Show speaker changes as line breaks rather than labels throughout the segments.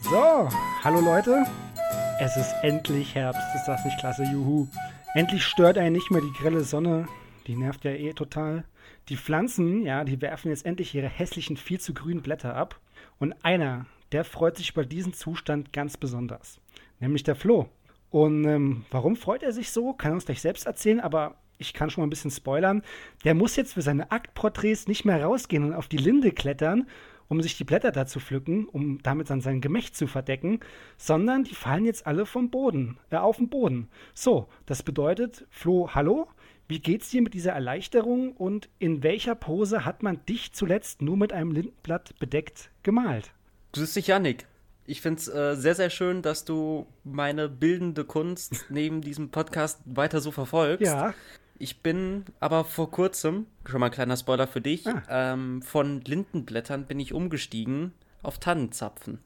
So, hallo Leute. Es ist endlich Herbst. Ist das nicht klasse? Juhu. Endlich stört einen nicht mehr die grelle Sonne. Die nervt ja eh total. Die Pflanzen, ja, die werfen jetzt endlich ihre hässlichen, viel zu grünen Blätter ab. Und einer, der freut sich über diesen Zustand ganz besonders. Nämlich der Flo. Und ähm, warum freut er sich so? Kann er uns gleich selbst erzählen, aber ich kann schon mal ein bisschen spoilern. Der muss jetzt für seine Aktporträts nicht mehr rausgehen und auf die Linde klettern, um sich die Blätter da zu pflücken, um damit dann sein Gemächt zu verdecken, sondern die fallen jetzt alle vom Boden, äh, auf den Boden. So, das bedeutet, Flo, hallo, wie geht's dir mit dieser Erleichterung und in welcher Pose hat man dich zuletzt nur mit einem Lindenblatt bedeckt gemalt?
Grüß dich, Janik. Ich finde es äh, sehr, sehr schön, dass du meine bildende Kunst neben diesem Podcast weiter so verfolgst.
Ja,
Ich bin aber vor kurzem, schon mal ein kleiner Spoiler für dich,
Ah.
ähm, von Lindenblättern bin ich umgestiegen auf Tannenzapfen.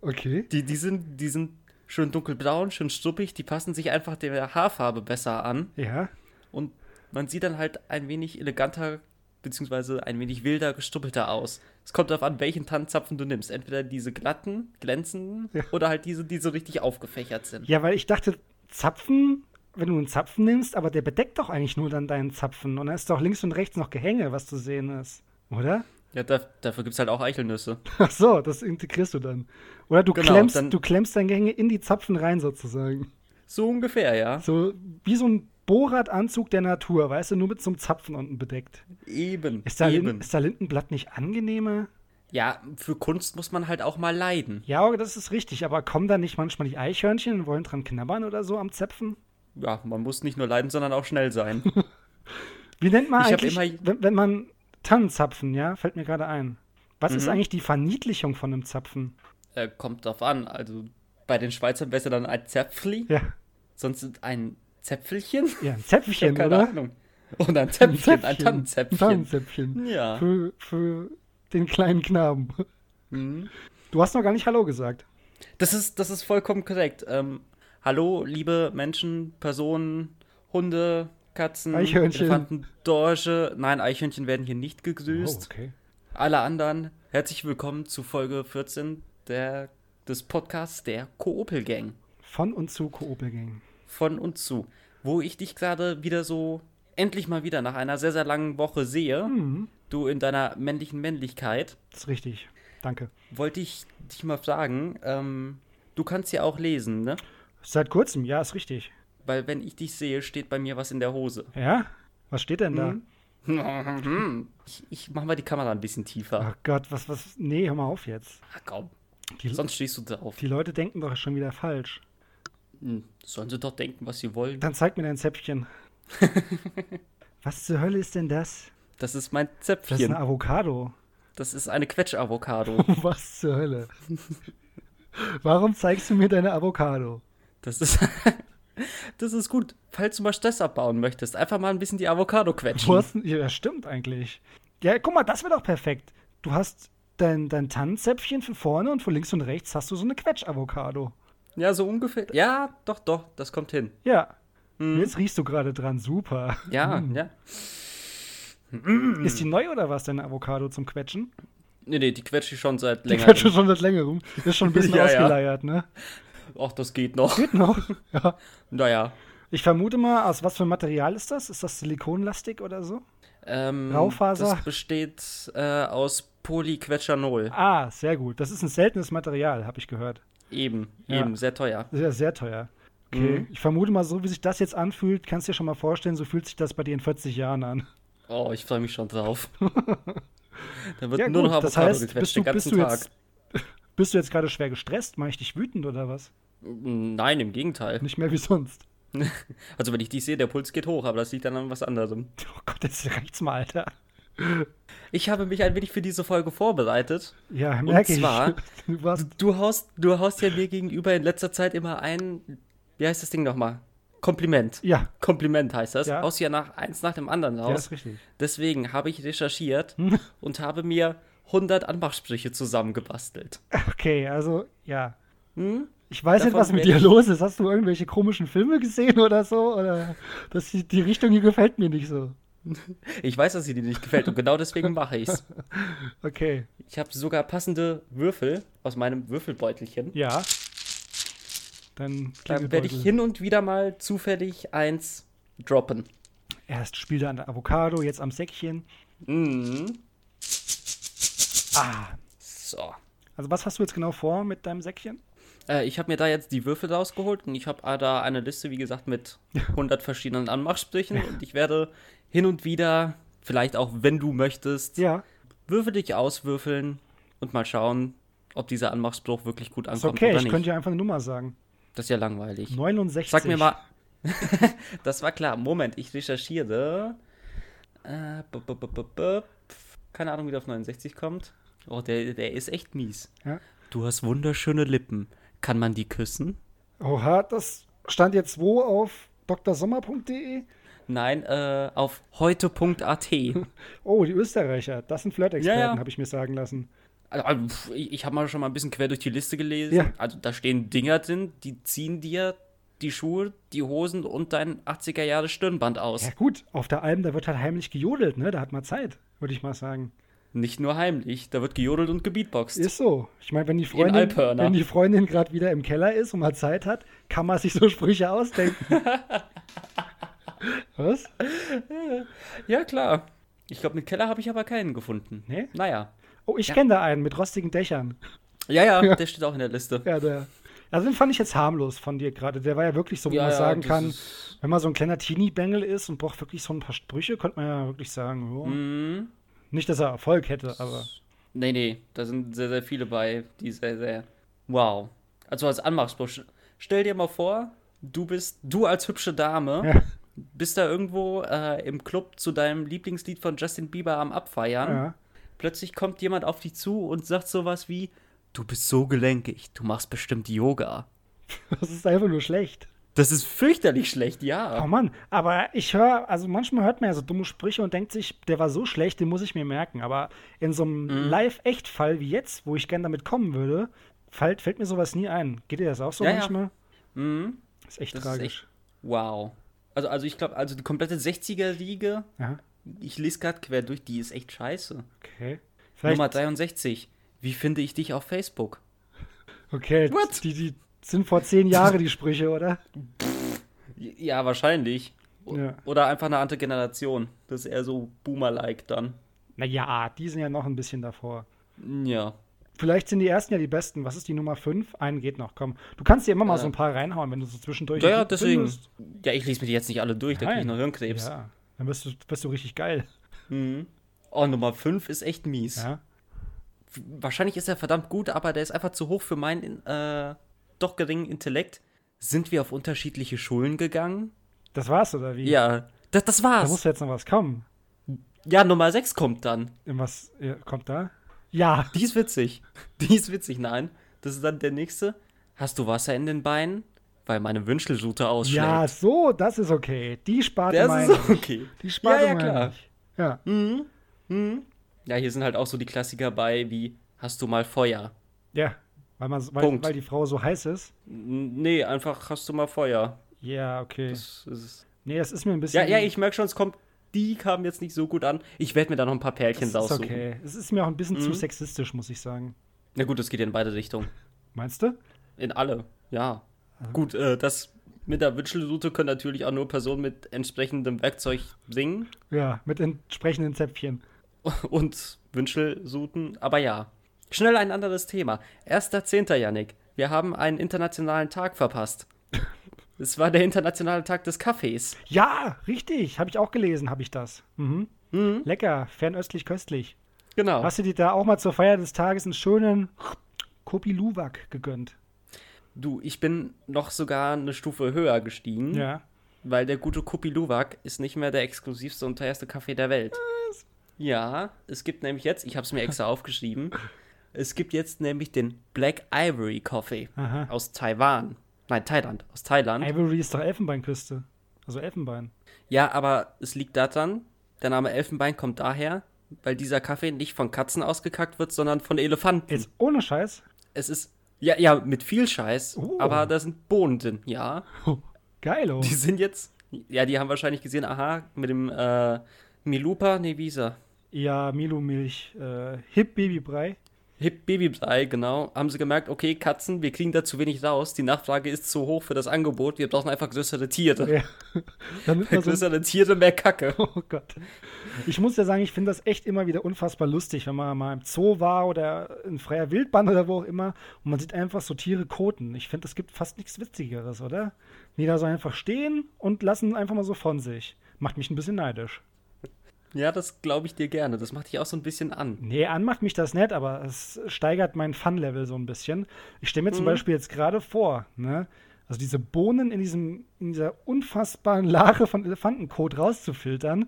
okay.
Die, die, sind, die sind schön dunkelbraun, schön struppig, die passen sich einfach der Haarfarbe besser an
Ja,
und man sieht dann halt ein wenig eleganter beziehungsweise ein wenig wilder, gestuppelter aus. Es kommt darauf an, welchen Tannenzapfen du nimmst. Entweder diese glatten, glänzenden oder halt diese, die so richtig aufgefächert sind.
Ja, weil ich dachte, Zapfen, wenn du einen Zapfen nimmst, aber der bedeckt doch eigentlich nur dann deinen Zapfen. Und da ist doch links und rechts noch Gehänge, was zu sehen ist. Oder?
Ja, da, dafür gibt es halt auch Eichelnüsse.
Ach so, das integrierst du dann. Oder du,
Genau,
klemmst,
dann-
du klemmst dein Gehänge in die Zapfen rein sozusagen.
So ungefähr, ja.
So wie so ein Bohrradanzug der Natur, weißt du, nur mit so einem Zapfen unten bedeckt.
Eben.
Ist da, Lin
eben.
ist da Lindenblatt nicht angenehmer?
Ja, für Kunst muss man halt auch mal leiden.
Ja, aber das ist richtig, aber kommen da nicht manchmal die Eichhörnchen und wollen dran knabbern oder so am Zäpfen?
Ja, man muss nicht nur leiden, sondern auch schnell sein.
Wie nennt man
Ich hab
eigentlich,
immer-
wenn, wenn man Tannenzapfen, ja, fällt mir gerade ein. Was
Mhm.
ist eigentlich die Verniedlichung von einem Zapfen?
äh, kommt drauf an. Also bei den Schweizern besser dann ein Zäpfli,
Ja,
sonst ein Zäpfelchen.
ja ein
Ich hab
Zäpfchen,
keine
oder?
Ahnung. Und ein Zäpfchen, ein
Ein
Tannenzäpfchen.
Tannenzäpfchen.
Ja.
Für, für den kleinen Knaben.
Mhm.
Du hast noch gar nicht Hallo gesagt.
Das ist, das ist vollkommen korrekt. Ähm, hallo, liebe Menschen, Personen, Hunde, Katzen,
Eichhörnchen.
Elefanten, Dorsche. Nein, Eichhörnchen werden hier nicht gegrüßt.
Oh, okay.
Alle anderen, herzlich willkommen zu Folge 14 der, des Podcasts der Koopel Gang.
Von und zu Koopel Gang.
Von und zu. Wo ich dich gerade wieder so endlich mal wieder nach einer sehr, sehr langen Woche sehe,
Mhm,
du in deiner männlichen Männlichkeit,
das ist richtig. Danke.
wollte ich dich mal fragen, ähm, du kannst ja auch lesen, ne?
Seit kurzem, ja, ist richtig.
Weil wenn ich dich sehe, steht bei mir was in der Hose.
Ja? Was steht denn da?
Mhm. Hm. Ich, ich mach mal die Kamera ein bisschen tiefer.
Ach Gott, was, was? Nee, hör mal auf jetzt.
Ach komm,
Die,
sonst stehst du drauf.
die Leute denken doch schon wieder falsch.
Hm, Sollen sie doch denken, was sie wollen.
Dann zeig mir dein Zäpfchen. Was zur Hölle ist denn das?
Das ist mein
Das ist
Zäpfchen.
eine Avocado.
Das ist eine Quetschavocado.
Was zur Hölle? Warum zeigst du mir deine Avocado?
Das ist. Das ist gut. Falls du mal Stress abbauen möchtest, einfach mal ein bisschen die Avocado
Du
quetschen.
hast, ja, das stimmt eigentlich. Ja, guck mal, das wäre doch perfekt. Du hast dein, dein Tannenzäpfchen für vorne und von links und rechts hast du so eine Quetsch-Avocado.
Ja, so ungefähr. Ja, doch, doch, das kommt hin.
Ja. Jetzt riechst du gerade dran. Super.
Ja,
Hm.
ja.
Ist die neu oder was, deine Avocado zum Quetschen?
Nee, nee, die quetsche ich schon seit
Die
länger.
quetsche schon seit längerem. Ist schon ein bisschen
Ja, ja.
ausgeleiert, ne?
Ach, das geht noch.
Geht noch. Ja.
Naja.
Ich vermute mal, aus was für Material ist das? Ist das silikonlastig oder so?
Ähm,
Raufaser?
Das besteht äh, aus Polyquetschanol.
Ah, sehr gut. Das ist ein seltenes Material, habe ich gehört.
Eben,
Ja.
eben, sehr teuer.
Sehr, sehr teuer. Okay. Ich vermute mal, so wie sich das jetzt anfühlt, kannst du dir schon mal vorstellen, so fühlt sich das bei dir in 40 Jahren an.
Oh, ich freue mich schon drauf. da wird
Ja,
nur
gut,
noch Avocado
das heißt,
gequetscht
bist du,
den ganzen
bist, du
Tag.
jetzt, bist du jetzt gerade schwer gestresst? Mach ich dich wütend oder was?
Mm, Nein, im Gegenteil.
Nicht mehr wie sonst.
Also, wenn ich dich sehe, der Puls geht hoch, aber das liegt dann an was anderem.
Oh Gott, jetzt reicht's mal, Alter.
Ich habe mich ein wenig für diese Folge vorbereitet.
Ja, merke ich.
zwar-
Du warst,
Du haust, du haust ja mir gegenüber in letzter Zeit immer ein, wie heißt das Ding nochmal? Kompliment.
ja,
Kompliment heißt das.
Ja.
Haust ja nach, eins nach dem anderen
ja,
raus.
ist Hm. richtig.
Deswegen habe ich recherchiert und habe mir 100 Anmachsprüche zusammengebastelt.
Okay, also, ja.
Hm?
Ich weiß nicht,
Davon
was mit
werde
dir
ich-
los ist. Hast du irgendwelche komischen Filme gesehen oder so? Oder das, die Richtung hier gefällt mir nicht so.
Ich weiß, dass sie dir nicht gefällt und genau deswegen mache ich's.
Okay.
Ich habe sogar passende Würfel aus meinem Würfelbeutelchen.
Ja. Dann,
Dann werde ich
Klebebeutel.
hin und wieder mal zufällig eins droppen.
Erst spielte an der Avocado, jetzt am Säckchen.
Mhm.
Ah.
So.
Also was hast du jetzt genau vor mit deinem Säckchen?
Äh, ich habe mir da jetzt die Würfel rausgeholt und ich habe da eine Liste, wie gesagt, mit 100 verschiedenen Anmachsprüchen. Und ich werde hin und wieder, vielleicht auch wenn du möchtest,
Ja.
Würfel dich auswürfeln und mal schauen, ob dieser Anmachspruch wirklich gut
Ist
ankommt
okay,
oder
ich
nicht.
könnte ja einfach eine Nummer sagen.
das ist ja langweilig.
69.
Sag mir mal. das war klar. Moment, ich recherchiere. Äh, b -b -b -b -b Keine Ahnung, wie der auf 69 kommt. Oh, der, der ist echt mies.
Ja.
Du hast wunderschöne Lippen. Kann man die küssen?
Oha, das stand jetzt wo auf drsommer.de?
Nein, äh, auf heute.at.
Oh, die Österreicher, das sind Flirtexperten,
Ja, ja.
habe ich mir sagen lassen.
Also, pf, ich ich habe mal schon mal ein bisschen quer durch die Liste gelesen.
Ja.
Also da stehen Dinger drin, die ziehen dir die Schuhe, die Hosen und dein 80er Jahre Stirnband aus.
Ja gut, auf der Alm, da wird halt heimlich gejodelt, ne? Da hat man Zeit, würde ich mal sagen.
Nicht nur heimlich, da wird gejodelt und gebeatboxt.
Ist so. Ich meine, wenn die
ein
Freundin,
Alphörner.
wenn die Freundin gerade wieder im Keller ist und mal Zeit hat, kann man sich so Sprüche ausdenken. Was?
Ja, klar. Ich glaube, mit Keller habe ich aber keinen gefunden.
Nee?
Naja.
Oh, ich kenne da einen mit rostigen Dächern.
Ja, ja, der steht auch in der Liste.
Ja, der. Also den fand ich jetzt harmlos von dir gerade. Der war ja wirklich so, wo
Ja,
man
ja,
sagen
das
kann,
ist-
wenn man so ein kleiner Teenie-Bengel ist und braucht wirklich so ein paar Sprüche, könnte man ja wirklich sagen, ja.
Mhm.
nicht, dass er Erfolg hätte, aber
Nee, nee, da sind sehr, sehr viele bei, die sehr, sehr. Wow. Also als Anmachspruch. Stell dir mal vor, du bist, du als hübsche Dame,
ja,
bist da irgendwo äh, im Club zu deinem Lieblingslied von Justin Bieber am Abfeiern.
ja.
Plötzlich kommt jemand auf dich zu und sagt sowas wie: Du bist so gelenkig, du machst bestimmt Yoga.
Das ist einfach nur schlecht.
Das ist fürchterlich schlecht, ja.
Oh Mann, aber ich höre, also manchmal hört man ja so dumme Sprüche und denkt sich, der war so schlecht, den muss ich mir merken. Aber in so einem
Mhm.
Live-Echt-Fall wie jetzt, wo ich gern damit kommen würde, fällt, fällt mir sowas nie ein. Geht dir das auch so
Ja, ja.
manchmal?
Mhm.
Ist echt
Das ist
tragisch.
Wow. Also, also ich glaube, also die komplette 60er-Liga,
Ja,
ich lese gerade quer durch, die ist echt scheiße.
okay. Vielleicht,
Nummer 63. Wie finde ich dich auf Facebook?
okay,
What?
Die, die sind vor zehn Jahren die Sprüche, oder?
Ja, wahrscheinlich. O-
Ja.
Oder einfach eine andere Generation. Das ist eher so Boomer-like dann.
Naja, die sind ja noch ein bisschen davor.
Ja.
Vielleicht sind die ersten ja die besten. Was ist die Nummer 5? Einen geht noch, komm. Du kannst dir immer mal
Äh.
so ein paar reinhauen, wenn du so zwischendurch.
Ja, ja,
einen guten
deswegen.
findest.
Ja, ich lese mir die jetzt nicht alle durch, da kriege ich
Nein.
noch Hirnkrebs.
Ja, dann wirst du, wirst du richtig geil.
Mhm. Oh, Nummer 5 ist echt mies.
Ja.
Wahrscheinlich ist er verdammt gut, aber der ist einfach zu hoch für meinen äh, doch geringen Intellekt. Sind wir auf unterschiedliche Schulen gegangen?
Das war's, oder wie?
Ja, das, das
Da
war's.
muss jetzt noch was kommen.
Ja, Nummer 6 kommt dann.
Irgendwas ja, kommt da? Ja.
Die ist witzig. Die ist witzig, nein. Das ist dann der nächste. Hast du Wasser in den Beinen? Weil meine Wünschelrute ausschlägt.
Ja, so, das ist okay. Die Sparte
das
meine
ist
ich.
okay.
Die Sparte
ja, ja,
meine
klar.
ich. Ja.
Mhm. Mhm. Ja, hier sind halt auch so die Klassiker bei, wie hast du mal Feuer?
ja. Weil, man, weil,
Punkt.
weil die Frau so heiß ist.
N- Nee, einfach hast du mal Feuer.
Ja, okay.
Das ist
nee, das ist mir ein bisschen.
ja, ja, ich merke schon, es kommt, die kamen jetzt nicht so gut an. Ich werde mir da noch ein paar Pärchen
Das ist
raussuchen.
okay. Es ist mir auch ein bisschen
Mhm.
zu sexistisch, muss ich sagen.
Na gut, das geht ja in beide Richtungen.
Meinst du?
In alle, ja. Gut, äh, das mit der Wünschelrute können natürlich auch nur Personen mit entsprechendem Werkzeug singen
Ja, mit entsprechenden Zäpfchen.
und Wünschelsuten, aber ja. Schnell ein anderes Thema. 1.10. Janik, wir haben einen internationalen Tag verpasst. Es war der internationale Tag des Kaffees.
Ja, richtig. Habe ich auch gelesen, habe ich das. Mhm. Lecker, fernöstlich köstlich.
Genau.
Hast du dir da auch mal zur Feier des Tages einen schönen Kopi Luwak gegönnt?
Du, ich bin noch sogar eine Stufe höher gestiegen.
Ja.
Weil der gute Kupi Luwak ist nicht mehr der exklusivste und teuerste Kaffee der Welt. Ja, es gibt nämlich jetzt, ich habe es mir extra aufgeschrieben, es gibt jetzt nämlich den Black Ivory Coffee
Aha.
aus Taiwan. Nein, Thailand, aus Thailand.
Ivory ist doch Elfenbeinküste. Also Elfenbein.
ja, aber es liegt daran, der Name Elfenbein kommt daher, weil dieser Kaffee nicht von Katzen ausgekackt wird, sondern von Elefanten.
Jetzt ohne Scheiß.
es ist, ja, ja, mit viel Scheiß,
Oh.
aber da sind Bohnen drin, ja.
Geilo. oh.
Die sind jetzt, ja, die haben wahrscheinlich gesehen, aha, mit dem äh, Milupa, nee, wie ist er?
Ja, Milo-Milch, äh, Hip-Babybrei.
Hip Babybrei, genau. Haben sie gemerkt, okay, Katzen, wir kriegen da zu wenig raus. Die Nachfrage ist zu hoch für das Angebot. Wir brauchen einfach größere Tiere.
Ja. also- Damit
Mehr
man so
größere Tiere, mehr Kacke.
Oh Gott. Ich muss ja sagen, ich finde das echt immer wieder unfassbar lustig, wenn man mal im Zoo war oder in freier Wildbahn oder wo auch immer und man sieht einfach so Tiere koten. Ich finde, es gibt fast nichts Witzigeres, oder? Die da so einfach stehen und lassen einfach mal so von sich. Macht mich ein bisschen neidisch.
Ja, das glaube ich dir gerne. Das macht dich auch so ein bisschen an.
Nee, an macht mich das nett, aber es steigert mein Fun-Level so ein bisschen. Ich stelle mir
Mhm.
zum Beispiel jetzt gerade vor, ne? Also diese Bohnen in, diesem, in dieser unfassbaren Lache von Elefantenkot rauszufiltern,
Mhm.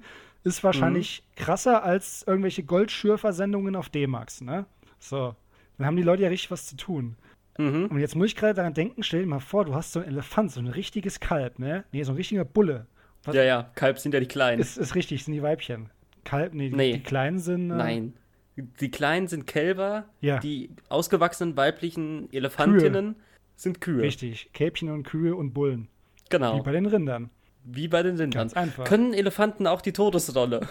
ist wahrscheinlich krasser als irgendwelche Goldschürfer-Sendungen auf D-Max, ne? So. Dann haben die Leute ja richtig was zu tun.
Mhm.
Und jetzt muss ich gerade daran denken, stell dir mal vor, du hast so einen Elefant, so ein richtiges Kalb, ne? Nee, so ein richtiger Bulle. Was-
Ja, ja, Kalb sind ja die Kleinen.
Ist, ist richtig, sind die Weibchen. Kalb, nee, die,
Nee.
die Kleinen sind. äh,
Nein. Die Kleinen sind Kälber.
Ja.
Die ausgewachsenen weiblichen Elefantinnen sind Kühe.
Richtig, Kälbchen und Kühe und Bullen. Wie
Genau.
bei den Rindern.
Wie bei den Rindern.
Ganz einfach.
Können Elefanten auch die Todesrolle?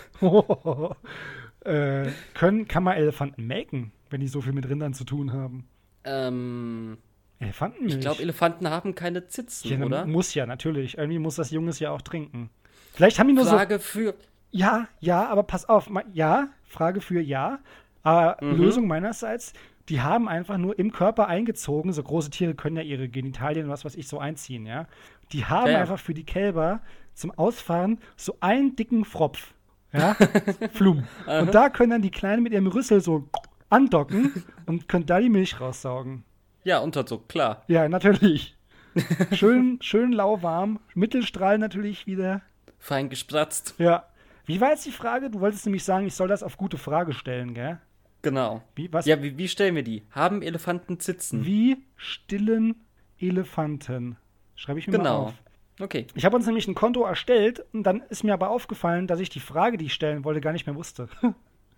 äh, können, kann man Elefanten melken, wenn die so viel mit Rindern zu tun haben?
Ähm,
Elefantenmilch?
ich glaube, Elefanten haben keine Zitzen,
Ja, dann
oder?
Muss ja, natürlich. Irgendwie muss das Junges ja auch trinken. Vielleicht haben die nur so.
Frage für.
Ja, ja, aber pass auf. ma- Ja, Frage für ja. Aber
Mhm.
Lösung meinerseits, die haben einfach nur im Körper eingezogen. So große Tiere können ja ihre Genitalien, was weiß ich, so einziehen, ja. Die haben
Ja, ja.
einfach für die Kälber zum Ausfahren so einen dicken Fropf. Ja, Flum. Und da können dann die Kleinen mit ihrem Rüssel so andocken und können da die Milch raussaugen.
Ja, Unterzug, klar.
Ja, natürlich. Schön, schön lauwarm. Mittelstrahl natürlich wieder.
Fein gespratzt.
Ja. Wie war jetzt die Frage? Du wolltest nämlich sagen, ich soll das auf gute Frage stellen, gell?
Genau.
Wie, was,
Ja, wie, wie stellen wir die? Haben Elefanten Zitzen?
wie stillen Elefanten? Schreibe ich mir mal
Genau.
auf.
Okay.
Ich habe uns nämlich ein Konto erstellt und dann ist mir aber aufgefallen, dass ich die Frage, die ich stellen wollte, gar nicht mehr wusste.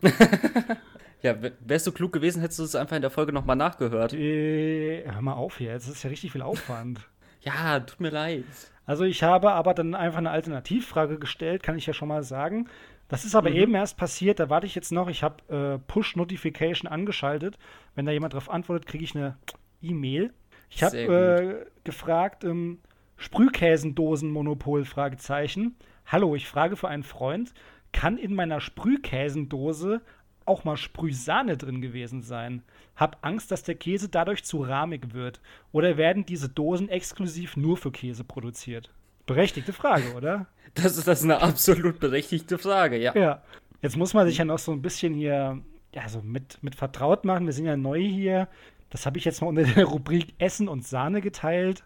Ja, w- wärst du klug gewesen, hättest du es einfach in der Folge nochmal nachgehört.
äh, hör mal auf hier, jetzt ist ja richtig viel Aufwand.
Ja, tut mir leid.
Also ich habe aber dann einfach eine Alternativfrage gestellt, kann ich ja schon mal sagen. Das ist aber
Mhm.
eben erst passiert, da warte ich jetzt noch. Ich habe äh, Push-Notification angeschaltet. Wenn da jemand drauf antwortet, kriege ich eine E-Mail. Ich habe
Sehr gut.
äh, gefragt, ähm, Sprühkäsendosen-Monopol? Fragezeichen. Hallo, ich frage für einen Freund, kann in meiner Sprühkäsendose auch mal Sprühsahne drin gewesen sein? Hab Angst, dass der Käse dadurch zu rahmig wird. Oder werden diese Dosen exklusiv nur für Käse produziert? Berechtigte Frage, oder?
Das ist, das ist eine absolut berechtigte Frage, ja.
Ja. Jetzt muss man sich ja noch so ein bisschen hier ja, so mit, mit vertraut machen. Wir sind ja neu hier. Das habe ich jetzt mal unter der Rubrik Essen und Sahne geteilt.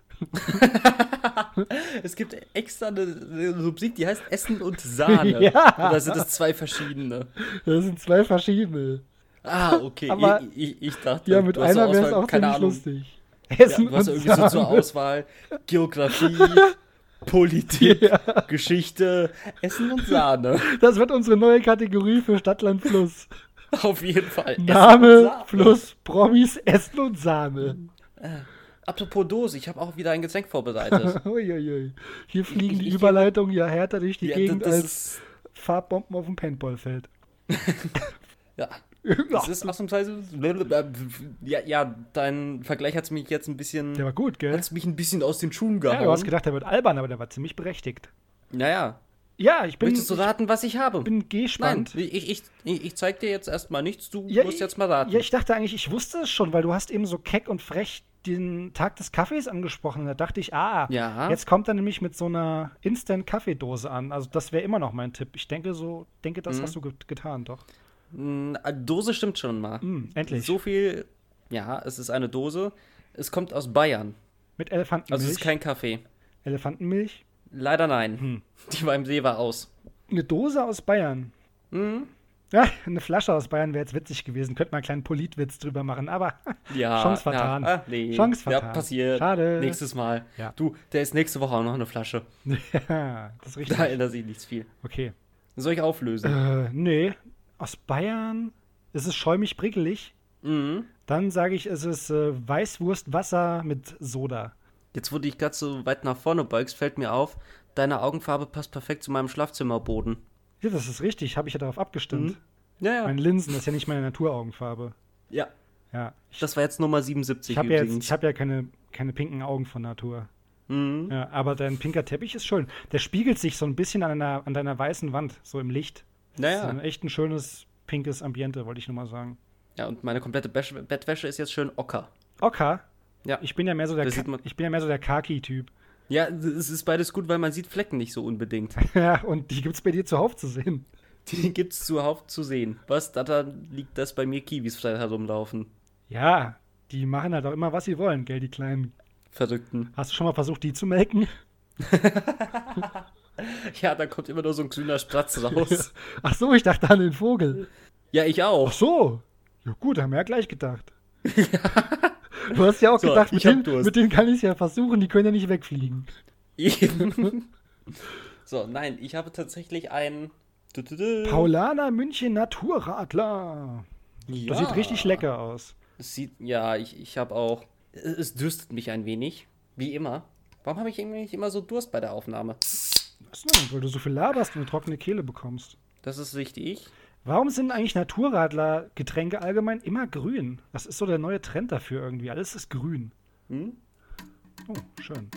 Es gibt extra eine, eine Rubrik, die heißt Essen und Sahne.
Ja.
Oder sind das zwei verschiedene?
Das sind zwei verschiedene.
Ah, okay.
Aber-
ich, ich, ich dachte,
Ja, mit
Äh, du hast zur
einer wäre es
Auswahl-
auch
keine
ziemlich
Ahnung.
lustig.
Ja,
Essen
du hast
und
irgendwie so zur
Sahne.
Auswahl Geografie, Politik, Geschichte, Essen und Sahne.
Das wird unsere neue Kategorie für Stadtland Fluss.
Auf jeden Fall. Essen und
Name,
Sahne.
Fluss, Promis, Essen und Sahne.
Apropos Dose, ich habe auch wieder ein Getränk vorbereitet.
Uiuiui. Hier fliegen
ich-
die
ich-
Überleitungen ja härter durch die
ja, das,
Gegend
das
als
ist,
Farbbomben auf dem Paintballfeld.
ja, das ist ausnahmsweise. Ja, ja, dein Vergleich hat mich jetzt ein bisschen.
Der war gut, gell?
hat's mich ein bisschen aus den Schuhen
Ja, du hast
gehauen.
gedacht, der wird albern, aber der war ziemlich berechtigt.
naja,
Ja, ich bin,
möchtest du raten, was ich habe?
ich bin
Nein,
gespannt.
ich, ich, ich ich zeig dir jetzt erstmal nichts, du
Ja,
musst
ich-
jetzt mal raten.
Ja, ich dachte eigentlich, ich wusste es schon, weil du hast eben so keck und frech den Tag des Kaffees angesprochen. Da dachte ich, ah,
Ja.
jetzt kommt er nämlich mit so einer Instant-Kaffeedose an. Also das wäre immer noch mein Tipp. Ich denke so, denke,
Mhm.
das hast du get getan, doch.
Mm, Dose stimmt schon mal.
Hm, endlich.
So viel. Ja, es ist eine Dose. Es kommt aus Bayern.
Mit
Also es
Elefantenmilch.
ist kein Kaffee.
Elefantenmilch.
Leider nein.
Hm.
Die war im See war aus.
Eine Dose aus Bayern.
Mhm.
Ja, eine Flasche aus Bayern wäre jetzt witzig gewesen. Könnte man einen kleinen Politwitz drüber machen, aber
Ja,
Chance vertan.
Ja, ah, nee.
Chance
Ja,
vertan.
passiert.
Schade.
Nächstes Mal.
Ja.
Du, der ist nächste Woche auch noch eine Flasche.
ja, das ist richtig.
Da ändert sich nichts viel.
Okay.
Soll ich auflösen?
Äh, nee, aus Bayern ist es schäumig prickelig.
Mhm.
Dann sage ich, es ist äh, Weißwurstwasser mit Soda.
Jetzt, wo du dich gerade so weit nach vorne beugst, fällt mir auf, deine Augenfarbe passt perfekt zu meinem Schlafzimmerboden.
Ja, das ist richtig, habe ich ja darauf abgestimmt.
Ja, Mhm. ja.
Meine Linsen, das ist ja nicht meine Naturaugenfarbe.
ja.
Ja.
Das war jetzt Nummer 77
Ich habe ja, jetzt, ich hab ja keine, keine pinken Augen von Natur.
mhm.
Ja, aber dein pinker Teppich ist schön. Der spiegelt sich so ein bisschen an deiner, an deiner weißen Wand, so im Licht. Das
Naja.
ist ein echt ein schönes pinkes Ambiente, wollte ich nur mal sagen.
ja, und meine komplette Bettwäsche, Bettwäsche ist jetzt schön ocker.
Ocker.
Ja.
Ich bin ja mehr so der,
Das
Ka
sieht man-
ich bin ja mehr so der Kaki-Typ.
Ja, es ist beides gut, weil man sieht Flecken nicht so unbedingt.
ja, und die gibt's bei dir zuhauf zu sehen.
Die gibt's zuhauf zu sehen. Was daran liegt, dass bei mir Kiwis frei herumlaufen.
Ja, die machen halt auch immer, was sie wollen, gell, die Kleinen.
Verrückten.
Hast du schon mal versucht, die zu melken?
Ja, da kommt immer nur so ein grüner Spratz raus.
Ach so, ich dachte an den Vogel.
ja, ich
Ach
auch.
so. Ja gut, haben wir ja gleich gedacht. Du hast ja auch
So,
gedacht,
ich
mit
hab
denen,
Durst.
mit denen kann ich es ja versuchen, die können ja nicht wegfliegen.
Eben. so, nein, ich habe tatsächlich einen.
Paulaner München Naturradler.
ja.
Das sieht richtig lecker aus.
Es sieht, ja, ich, ich habe auch. Es, es dürstet mich ein wenig. Wie immer. Warum habe ich eigentlich immer so Durst bei der Aufnahme?
Was denn? Weil du so viel laberst und eine trockene Kehle bekommst.
Das ist richtig.
Warum sind eigentlich Naturradler-Getränke allgemein immer grün? Das ist so der neue Trend dafür irgendwie. Alles ist grün.
Hm?
Oh, schön.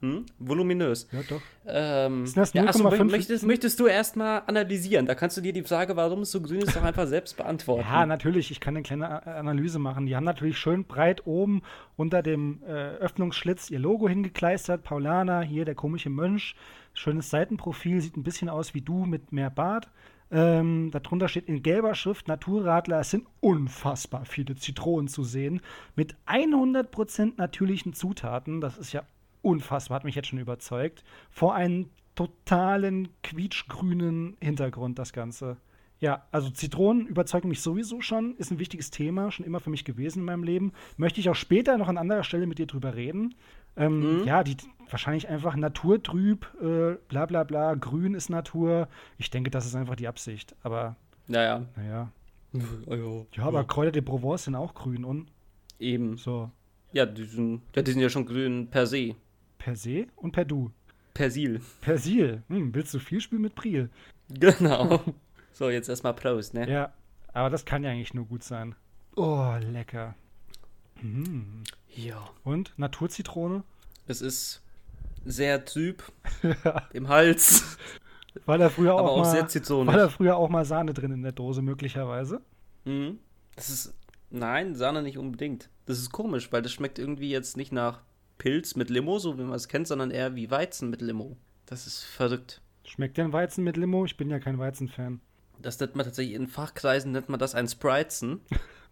Hm? Voluminös.
Ja, doch.
Ähm,
Sind das
ja, achso,
0,5?
möchtest, möchtest du erstmal analysieren? Da kannst du dir die Frage, warum es so grün ist, doch einfach selbst beantworten.
Ja, natürlich. Ich kann eine kleine A- Analyse machen. Die haben natürlich schön breit oben unter dem äh, Öffnungsschlitz ihr Logo hingekleistert. Paulana, hier der komische Mönch. Schönes Seitenprofil, sieht ein bisschen aus wie du mit mehr Bart. Ähm, darunter steht in gelber Schrift Naturradler. Es sind unfassbar viele Zitronen zu sehen. Mit 100% natürlichen Zutaten. Das ist ja unfassbar, hat mich jetzt schon überzeugt. Vor einem totalen quietschgrünen Hintergrund das Ganze. Ja, also Zitronen überzeugen mich sowieso schon, ist ein wichtiges Thema, schon immer für mich gewesen in meinem Leben. Möchte ich auch später noch an anderer Stelle mit dir drüber reden. Ähm, Ja, die wahrscheinlich einfach naturtrüb, äh, bla bla bla, grün ist Natur. Ich denke, das ist einfach die Absicht. Aber
Naja.
naja.
Also,
Ja, aber Kräuter de Provence sind auch grün und
Eben.
so
Ja die, sind, ja, die sind ja schon grün per se.
per se und per du.
Persil.
Persil, hm, willst du viel spielen mit Priel?
Genau. so, jetzt erstmal Prost, ne?
Ja, aber das kann ja eigentlich nur gut sein. Oh, lecker.
Ja.
Und Naturzitrone?
Es ist sehr trüb im Hals,
War da früher
aber
auch, mal,
auch sehr
War da
zitronig.
früher auch mal Sahne drin in der Dose, möglicherweise?
Mhm. Das ist. Nein, Sahne nicht unbedingt. Das ist komisch, weil das schmeckt irgendwie jetzt nicht nach Pilz mit Limo, so wie man es kennt, sondern eher wie Weizen mit Limo. Das ist verrückt.
Schmeckt denn Weizen mit Limo? Ich bin ja kein Weizenfan.
Das nennt man tatsächlich in Fachkreisen nennt man das ein Spritzen.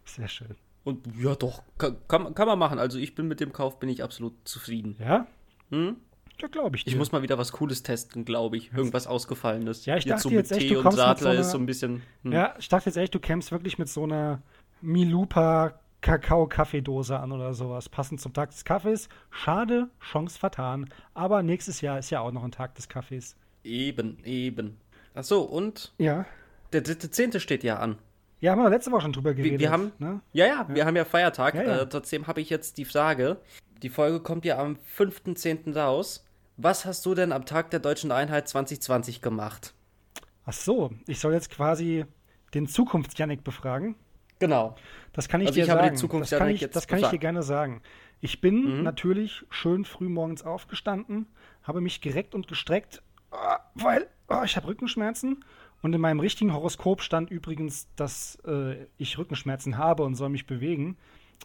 Sehr schön.
Und ja doch, kann, kann, kann man machen. Also ich bin mit dem Kauf bin ich absolut zufrieden.
Ja?
Hm?
Ja, glaube ich dir.
Ich muss mal wieder was Cooles testen, glaube ich. Irgendwas Ausgefallenes.
Ja, ich dachte
so
jetzt
mit
echt,
Tee
du
und
kommst mit
Radler
so einer-
ist so ein bisschen. Hm.
ja, ich dachte jetzt echt, du kämpfst wirklich mit so einer Milupa Kakao-Kaffeedose an oder sowas. Passend zum Tag des Kaffees. Schade, Chance vertan. Aber nächstes Jahr ist ja auch noch ein Tag des Kaffees.
Eben, eben. Ach so, und
Ja.
der dritte Zehnte steht ja an.
Ja, haben wir letzte Woche schon drüber
Wir,
geredet.
wir haben
Ne?
ja, ja, wir haben ja Feiertag.
Ja, ja.
Äh, trotzdem habe ich jetzt die Frage. Die Folge kommt ja am 5.10. raus. Was hast du denn am Tag der Deutschen Einheit 2020 gemacht?
Ach so, ich soll jetzt quasi den Zukunfts-Janik befragen.
Genau.
Das kann ich
Also
dir
ich habe die
sagen.
Zukunft
das kann,
Janik
ich,
jetzt Mhm.
das kann ich dir
gefragt.
gerne sagen. Ich bin natürlich schön früh morgens aufgestanden, habe mich gereckt und gestreckt, ah, weil ah, ich habe Rückenschmerzen. Und in meinem richtigen Horoskop stand übrigens, dass äh, ich Rückenschmerzen habe und soll mich bewegen.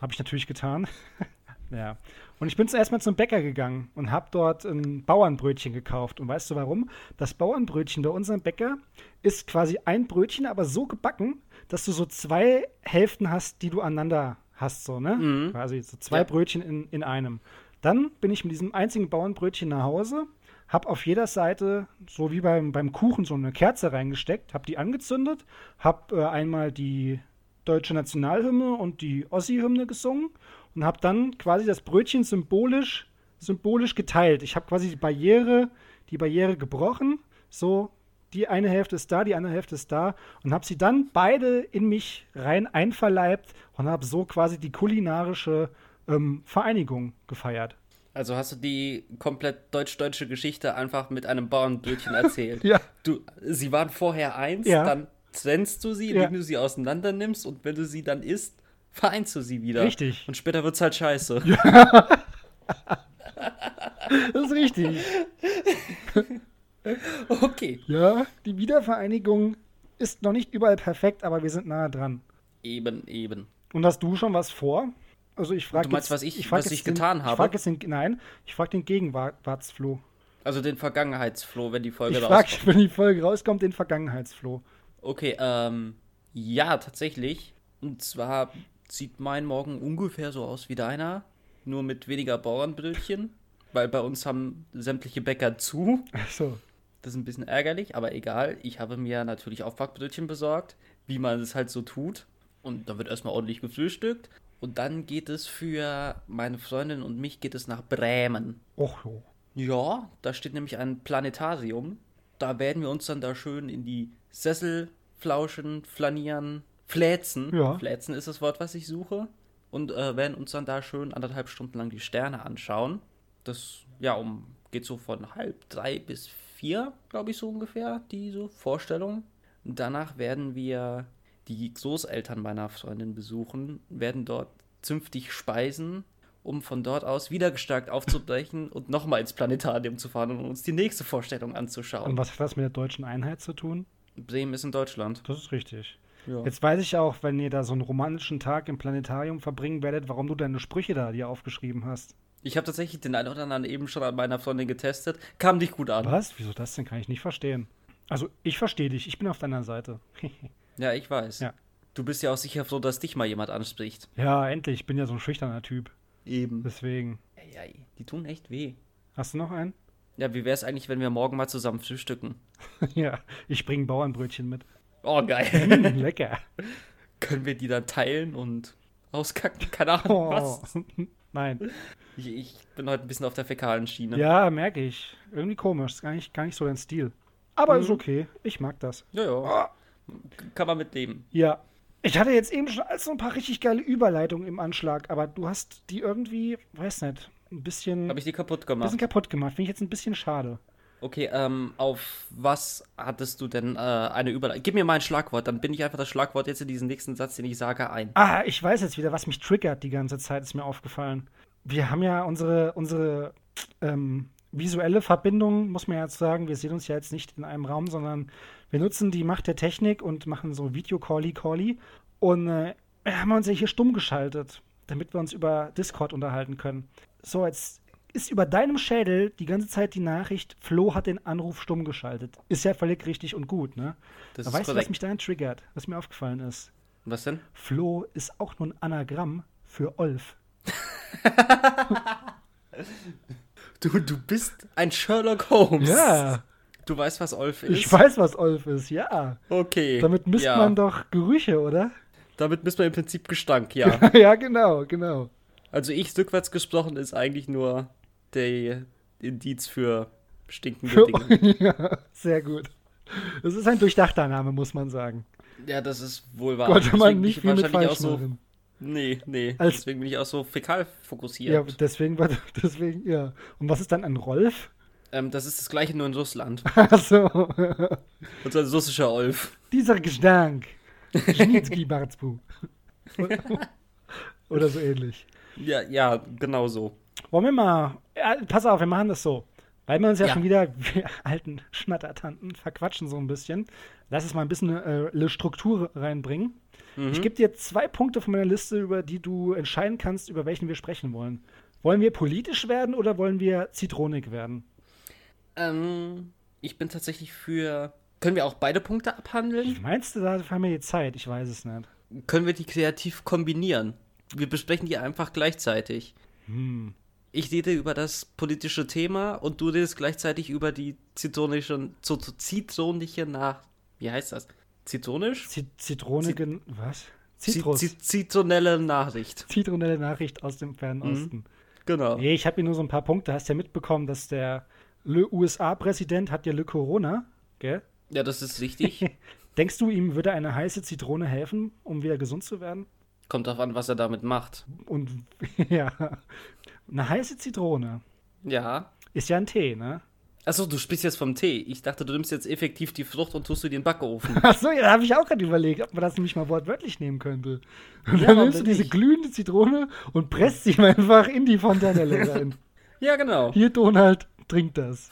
Habe ich natürlich getan. ja. Und ich bin zuerst mal zum Bäcker gegangen und habe dort ein Bauernbrötchen gekauft. Und weißt du warum? Das Bauernbrötchen bei unserem Bäcker ist quasi ein Brötchen, aber so gebacken, dass du so zwei Hälften hast, die du aneinander hast, so, ne? Quasi so zwei
Ja.
Brötchen in, in einem. Dann bin ich mit diesem einzigen Bauernbrötchen nach Hause, hab auf jeder Seite, so wie beim, beim Kuchen, so eine Kerze reingesteckt, hab die angezündet, hab äh, einmal die deutsche Nationalhymne und die Ossi-Hymne gesungen und habe dann quasi das Brötchen symbolisch, symbolisch geteilt. Ich habe quasi die Barriere, die Barriere gebrochen, so die eine Hälfte ist da, die andere Hälfte ist da und habe sie dann beide in mich rein einverleibt und habe so quasi die kulinarische ähm, Vereinigung gefeiert.
Also hast du die komplett deutsch-deutsche Geschichte einfach mit einem Bauernbrötchen erzählt.
Ja.
Du, sie waren vorher eins,
Ja.
dann trennst du sie,
Ja.
indem du sie auseinander nimmst und wenn du sie dann isst, vereinst du sie wieder.
Richtig.
Und später wird's halt scheiße.
Das ist richtig.
Okay.
Ja, die Wiedervereinigung ist noch nicht überall perfekt, aber wir sind nahe dran.
Eben, eben.
Und hast du schon was vor? Also ich frage
Du meinst,
jetzt,
was ich-
frag
was
jetzt
ich
den,
getan
Ich
habe?
frag jetzt den, nein, ich frage den Gegenwartsfloh.
Also den Vergangenheitsfloh, wenn die Folge
Ich
da
frage,
rauskommt.
wenn die Folge rauskommt, den Vergangenheitsfloh.
Okay, ähm, ja, tatsächlich. Und zwar sieht mein Morgen ungefähr so aus wie deiner, nur mit weniger Bauernbrötchen, weil bei uns haben sämtliche Bäcker zu.
Achso.
Das ist ein bisschen ärgerlich, aber egal. Ich habe mir natürlich Aufbackbrötchen besorgt, wie man es halt so tut. Und dann wird erstmal ordentlich gefrühstückt. Und dann geht es für meine Freundin und mich geht es nach Bremen.
Och jo.
Ja, da steht nämlich ein Planetarium. Da werden wir uns dann da schön in die Sessel flauschen, flanieren, fläzen.
Ja.
Fläzen ist das Wort, was ich suche. Und äh, werden uns dann da schön anderthalb Stunden lang die Sterne anschauen. Das, ja, um, geht so von halb drei bis vier, glaube ich, so ungefähr, diese Vorstellung. Und danach werden wir die Großeltern meiner Freundin besuchen, werden dort zünftig speisen um von dort aus wieder gestärkt aufzubrechen und nochmal ins Planetarium zu fahren und uns die nächste Vorstellung
Und
anzuschauen.
was hat das mit der deutschen Einheit zu tun?
Bremen ist in Deutschland.
Das ist richtig.
Ja.
Jetzt weiß ich auch, wenn ihr da so einen romantischen Tag im Planetarium verbringen werdet, warum du deine Sprüche da dir aufgeschrieben hast.
Ich habe tatsächlich den einen oder anderen eben schon an meiner Freundin getestet. Kam nicht gut an.
Was? Wieso das denn? Kann ich nicht verstehen. Also, ich verstehe dich. Ich bin auf deiner Seite.
Ja, ich weiß.
Ja.
Du bist ja auch sicher froh, dass dich mal jemand anspricht.
ja, endlich. Ich bin ja so ein schüchterner Typ.
Eben.
Deswegen.
Ei, ei, die tun echt weh.
Hast du noch einen?
Ja, wie wär's eigentlich, wenn wir morgen mal zusammen frühstücken?
ja, ich bringe Bauernbrötchen mit.
Oh, geil.
Mm, Lecker.
Können wir die dann teilen und auskacken? Keine Ahnung,
Oh.
was?
Nein.
Ich, ich bin heute ein bisschen auf der fäkalen Schiene.
Ja, merke ich. Irgendwie komisch. Ist gar nicht, gar nicht so dein Stil. Aber
Mhm.
ist okay. Ich mag das.
ja. ja. Kann man mitleben.
Ja. Ich hatte jetzt eben schon als so ein paar richtig geile Überleitungen im Anschlag, aber du hast die irgendwie, weiß nicht, ein bisschen,
Habe ich die kaputt gemacht?
bisschen kaputt gemacht. Finde ich jetzt ein bisschen schade.
Okay, ähm, auf was hattest du denn äh, eine Überleitung? Gib mir mal ein Schlagwort, dann bin ich einfach das Schlagwort jetzt in diesen nächsten Satz, den ich sage, ein.
Ah, ich weiß jetzt wieder, was mich triggert die ganze Zeit, ist mir aufgefallen. Wir haben ja unsere, unsere ähm, visuelle Verbindung, muss man jetzt sagen. Wir sehen uns ja jetzt nicht in einem Raum, sondern wir nutzen die Macht der Technik und machen so Video-Callie-Callie. Und äh, haben wir uns ja hier stumm geschaltet, damit wir uns über Discord unterhalten können. So, jetzt ist über deinem Schädel die ganze Zeit die Nachricht, Flo hat den Anruf stumm geschaltet. Ist ja völlig richtig und gut, ne?
Das
Aber
ist
weißt du, was
korrekt.
mich daran triggert, was mir aufgefallen ist?
Was denn?
Flo ist auch nur ein Anagramm für Olf.
Du, du bist ein Sherlock Holmes.
Ja.
Du weißt, was Olf ist?
Ich weiß, was Olf ist, ja.
Okay.
Damit misst
ja.
man doch Gerüche, oder?
Damit misst man im Prinzip Gestank, ja.
ja, genau, genau.
also ich rückwärts gesprochen ist eigentlich nur der Indiz für stinkende Dinge.
ja, sehr gut. Das ist ein durchdachter Name, muss man sagen.
Ja, das ist wohl wahr.
Konnte man
Ah, Deswegen bin
nicht
ich
viel mit
wahrscheinlich
falsch
auch so.
machen.
Nee, nee.
Als-
Deswegen bin ich auch so fäkal fokussiert.
Ja, deswegen war deswegen, ja. Und was ist dann ein Rolf?
Ähm, das ist das gleiche nur in Russland.
Achso.
Und so ein russischer Olf.
Dieser Gestank. Schnitzki Barzbu. Oder so ähnlich.
Ja, ja, genau so.
Wollen wir mal. Ja, pass auf, wir machen das so. Weil wir uns ja,
Ja.
schon wieder, wir alten Schnattertanten, verquatschen so ein bisschen. Lass es mal ein bisschen äh, eine Struktur reinbringen. Ich gebe dir zwei Punkte von meiner Liste, über die du entscheiden kannst, über welchen wir sprechen wollen. Wollen wir politisch werden oder wollen wir zitronig werden?
Ähm, ich bin tatsächlich für. Können wir auch beide Punkte abhandeln?
Meinst du, da haben wir die Zeit? Ich weiß es nicht.
Können wir die kreativ kombinieren? Wir besprechen die einfach gleichzeitig.
Hm.
Ich rede über das politische Thema und du redest gleichzeitig über die zitronische, zu, zu- zitronische Nach. Wie heißt das? Zitronisch?
Z Zitronigen, was? Zitrus.
Zi- zi- Zitronelle Nachricht.
Zitronelle Nachricht aus dem fernen Osten.
Genau.
Nee, ich habe hier nur so ein paar Punkte. Hast ja mitbekommen, dass der USA-Präsident hat ja Le Corona, gell?
Ja, das ist richtig.
Denkst du, ihm würde eine heiße Zitrone helfen, um wieder gesund zu werden?
Kommt drauf an, was er damit macht.
Und ja, eine heiße Zitrone
Ja.
ist ja ein Tee, ne?
Achso, du sprichst jetzt vom Tee. Ich dachte, du nimmst jetzt effektiv die Frucht und tust sie in den Backofen.
Achso, ja, da habe ich auch gerade überlegt, ob man das nämlich mal wortwörtlich nehmen könnte. Und
Ja,
dann
warum
nimmst du
denn
diese
nicht?
glühende Zitrone und presst sie einfach in die Fontanelle rein.
ja, genau.
Hier, Donald, trink das.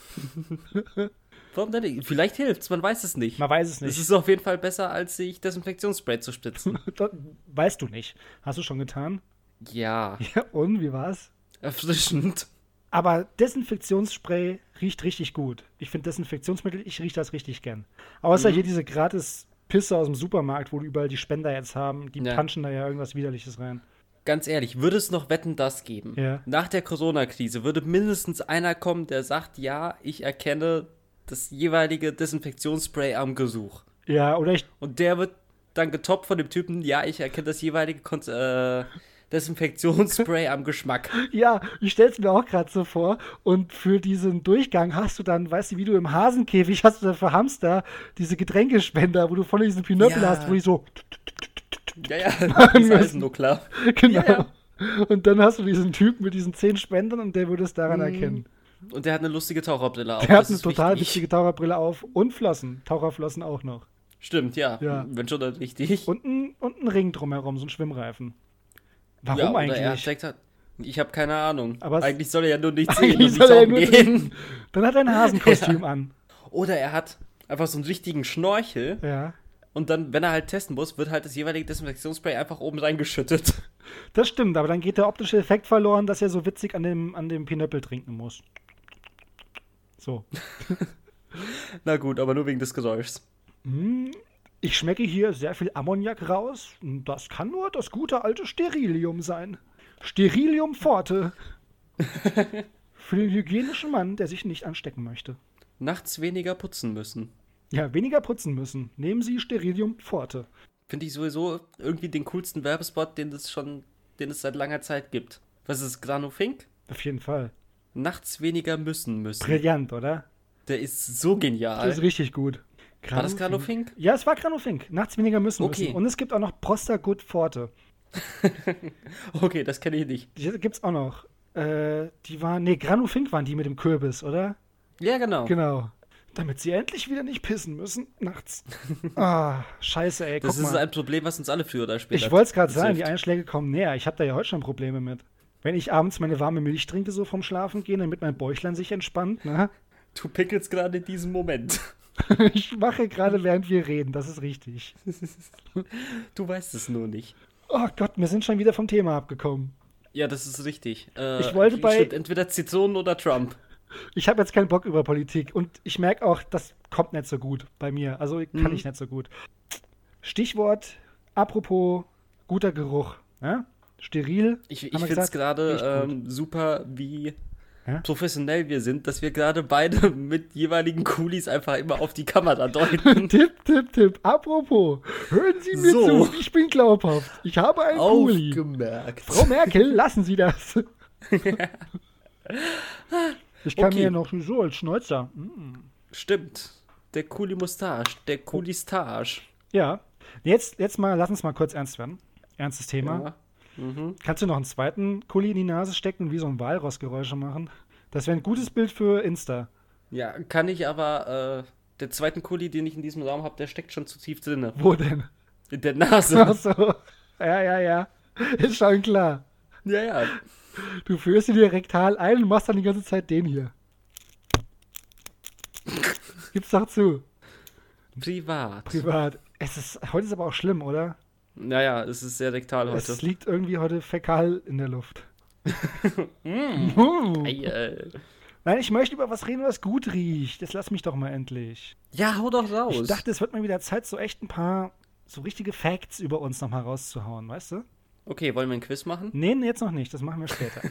Warum denn nicht? Vielleicht hilft's, man weiß es nicht.
Man weiß es
Es
nicht.
ist auf jeden Fall besser, als sich Desinfektionsspray zu spritzen.
Das weißt du nicht. Hast du schon getan?
ja,
Ja, und wie war's?
erfrischend.
Aber Desinfektionsspray riecht richtig gut. Ich finde Desinfektionsmittel, ich rieche das richtig gern. Außer
Mhm.
hier diese gratis Pisse aus dem Supermarkt, wo die überall die Spender jetzt haben, die
Ja.
punchen da ja irgendwas widerliches rein.
Ganz ehrlich, würde es noch Wetten das geben?
Ja.
Nach der Corona-Krise würde mindestens einer kommen, der sagt, ja, ich erkenne das jeweilige Desinfektionsspray am Gesuch.
Ja, oder ich
Und der wird dann getoppt von dem Typen, ja, ich erkenne das jeweilige Kon äh, Desinfektionsspray am Geschmack.
Ja, ich stell's mir auch gerade so vor. Und für diesen Durchgang hast du dann, weißt du, wie du im Hasenkäfig hast du da für Hamster diese Getränkespender, wo du vorne diesen Pinöppel
Ja.
hast, wo die so,
Ja, ja, ist alles nur klar.
genau.
Ja,
Und dann hast du diesen Typen mit diesen zehn Spendern und der würde es daran
Mhm.
erkennen.
Und der hat eine lustige Taucherbrille auf.
Der hat
das
eine
ist
total
wichtig.
witzige Taucherbrille auf und Flossen, Taucherflossen auch noch.
Stimmt, ja.
Ja.
Wenn schon dann richtig.
Und ein, und ein Ring drumherum, so ein Schwimmreifen. Warum
ja, oder Er
eigentlich?
steckt halt, ich habe keine Ahnung.
Aber es-
eigentlich soll er ja nur nichts sehen um
Eigentlich
und
soll
nichts
er ja nur
aufgehen.
Dann hat er ein Hasenkostüm an.
Oder er hat einfach so einen richtigen Schnorchel
Ja.
und dann, wenn er halt testen muss, wird halt das jeweilige Desinfektionsspray einfach oben reingeschüttet.
Das stimmt, aber dann geht der optische Effekt verloren, dass er so witzig an dem, an dem Pinöppel trinken muss. So.
Na gut, aber nur wegen des Geräuschs.
Ich schmecke hier sehr viel Ammoniak raus. Und Das kann nur das gute alte Sterilium sein. Sterilium forte. Für den hygienischen Mann, der sich nicht anstecken möchte.
Nachts weniger putzen müssen.
Ja, weniger putzen müssen. Nehmen Sie Sterilium forte.
Finde ich sowieso irgendwie den coolsten Werbespot, den es schon, den es seit langer Zeit gibt. Was ist es, Grano Fink?
Auf jeden Fall.
Nachts weniger müssen müssen.
Brillant, oder?
Der ist so genial.
Das ist richtig gut.
War das Grano
Granufink?
Fink?
Ja, es war Granufink. Nachts weniger müssen
Okay.
müssen. Und es gibt auch noch Prostagut forte.
Okay, das kenne ich nicht.
Die gibt's auch noch. Äh, die waren, nee, Granu Fink waren die mit dem Kürbis, oder?
Ja, genau.
Genau. Damit sie endlich wieder nicht pissen müssen, nachts. ah, scheiße, ey, guck
Das ist
mal.
ein Problem, was uns alle früher oder später.
Ich wollte es gerade
betrifft.
sagen, die Einschläge kommen näher. Ich habe da ja heute schon Probleme mit. Wenn ich abends meine warme Milch trinke, so vom Schlafen gehen, damit mein Bäuchlein sich entspannt, ne?
Du pickelst gerade in diesem Moment.
Ich mache gerade, während wir reden, das ist richtig.
Du weißt es nur nicht.
Oh Gott, wir sind schon wieder vom Thema abgekommen.
Ja, das ist richtig. Äh,
Ich wollte bei-
stimmt, entweder Zitronen oder Trump.
Ich habe jetzt keinen Bock über Politik und ich merke auch, das kommt nicht so gut bei mir. Also kann
Mhm.
ich nicht so gut. Stichwort, apropos guter Geruch. Ne? Steril.
Ich,
haben
ich
wir
finde es
gesagt,
gerade
riecht gut.
ähm, super, wie
Ja?
professionell wir sind, dass wir gerade beide mit jeweiligen Coolies einfach immer auf die Kamera deuten.
Tipp, tipp, tipp. Apropos, hören Sie mir
So.
zu. Ich bin glaubhaft. Ich habe einen Kuli.
Aufgemerkt.
Frau Merkel, lassen Sie das. ich kann
Okay.
mir noch so als Schnäuzer. Hm.
Stimmt. Der Kuli Mustache. Der Kuli Stage.
Ja. Jetzt, jetzt mal, lass uns mal kurz ernst werden. Ernstes Thema.
Ja. Mhm.
Kannst du noch einen zweiten Kuli in die Nase stecken und wie so ein Walross Geräusche machen? Das wäre ein gutes Bild für Insta.
ja, kann ich aber. Äh, der zweiten Kuli, den ich in diesem Raum habe, der steckt schon zu tief drinne.
Wo denn?
In der Nase.
Ach so. Ja, ja, ja. Ist schon klar.
Ja, ja.
Du führst ihn dir rektal ein und machst dann die ganze Zeit den hier. Gib's doch zu.
Privat.
Privat. Es ist, heute ist aber auch schlimm, oder?
Naja, es ist sehr rektal heute.
Es liegt irgendwie heute fäkal in der Luft. Uh.
Ei, äh.
Nein, ich möchte über was reden, was gut riecht. Das lass mich doch mal endlich.
Ja, hau doch raus.
Ich dachte, es wird mal wieder Zeit, so echt ein paar so richtige Facts über uns nochmal rauszuhauen, weißt du?
okay, wollen wir ein Quiz machen?
Nee, nee, jetzt noch nicht. Das machen wir später.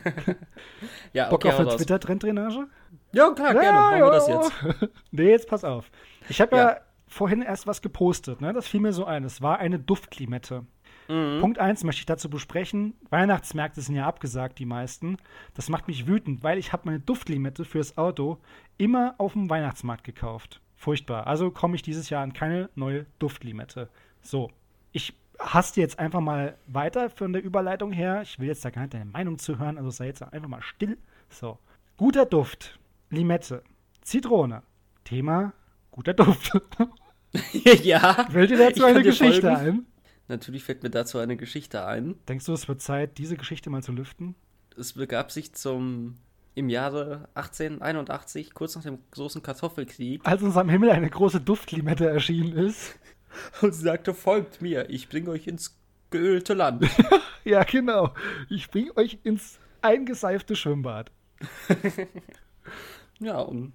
Ja,
Bock
okay,
auf
hau
eine
raus.
Twitter-Trenddrainage?
Ja, klar, gerne. machen wir das jetzt.
jetzt. nee, jetzt pass auf. Ich habe ja.
Ja.
vorhin erst was gepostet, ne? Das fiel mir so ein. Es war eine Duftlimette.
Mhm.
Punkt 1 möchte ich dazu besprechen. Weihnachtsmärkte sind ja abgesagt, die meisten. Das macht mich wütend, weil ich habe meine Duftlimette fürs Auto immer auf dem Weihnachtsmarkt gekauft. Furchtbar. Also komme ich dieses Jahr an keine neue Duftlimette. So. Ich hast du jetzt einfach mal weiter von der Überleitung her. Ich will jetzt da gar nicht deine Meinung zu hören, also sei jetzt einfach mal still. So. Guter Duft. Limette. Zitrone. Thema guter Duft.
ja.
Fällt dir dazu
ich
eine
kann dir
Geschichte
folgen.
ein?
Natürlich fällt mir dazu eine Geschichte ein.
Denkst du, es wird Zeit, diese Geschichte mal zu lüften?
Es begab sich zum im Jahre 1881, kurz nach dem großen Kartoffelkrieg,
Als uns am Himmel eine große Duftlimette erschienen ist.
und sie sagte, folgt mir, ich bringe euch ins geölte Land.
Ja, genau. Ich bringe euch ins eingeseifte Schwimmbad.
ja, und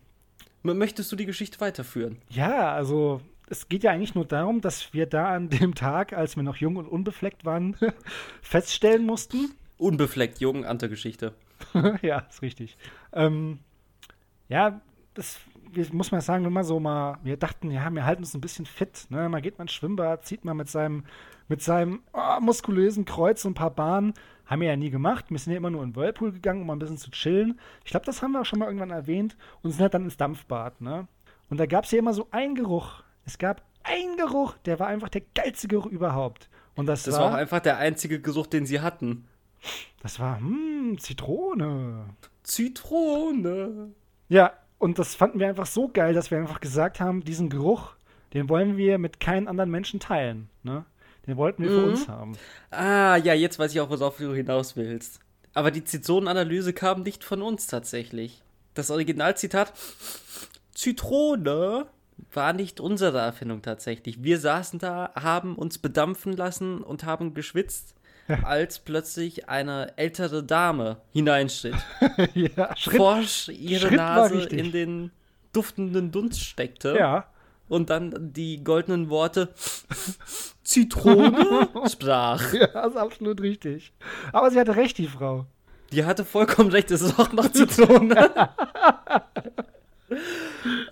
M- möchtest du die Geschichte weiterführen?
Ja, also es geht ja eigentlich nur darum, dass wir da an dem Tag, als wir noch jung und unbefleckt waren, feststellen mussten.
Unbefleckt, jungen Ante-Geschichte.
ja, ist richtig. Ähm, ja, das wir- muss man sagen, wenn man so mal, wir dachten, ja, wir halten uns ein bisschen fit. Ne? Man geht mal ins Schwimmbad, zieht mal mit seinem, mit seinem oh, muskulösen Kreuz so ein paar Bahnen. Haben wir ja nie gemacht. Wir sind ja immer nur in den Whirlpool gegangen, um mal ein bisschen zu chillen. Ich glaube, das haben wir auch schon mal irgendwann erwähnt. Und sind halt dann ins Dampfbad. Ne? Und da gab es ja immer so einen Geruch. Es gab einen Geruch, der war einfach der geilste Geruch überhaupt. Und das,
Das
war,
war auch einfach der einzige Geruch, den sie hatten.
das war, hm, Zitrone.
Zitrone.
Ja, und das fanden wir einfach so geil, dass wir einfach gesagt haben, diesen Geruch, den wollen wir mit keinen anderen Menschen teilen. Ne? Den wollten wir für
Mhm.
uns haben.
Ah, ja, jetzt weiß ich auch, worauf du hinaus willst. Aber die Zitronenanalyse kam nicht von uns tatsächlich. Das Originalzitat Zitrone war nicht unsere Erfindung tatsächlich. Wir saßen da, haben uns bedampfen lassen und haben geschwitzt, als plötzlich eine ältere Dame hineinschritt,
ja, Schritt.
forsch ihre
Schritt war
Nase
richtig.
in den duftenden Dunst steckte
Ja,
und dann die goldenen Worte Zitrone sprach.
ja, das ist absolut richtig. Aber sie hatte recht, die Frau.
Die hatte vollkommen recht, es ist auch noch Zitrone.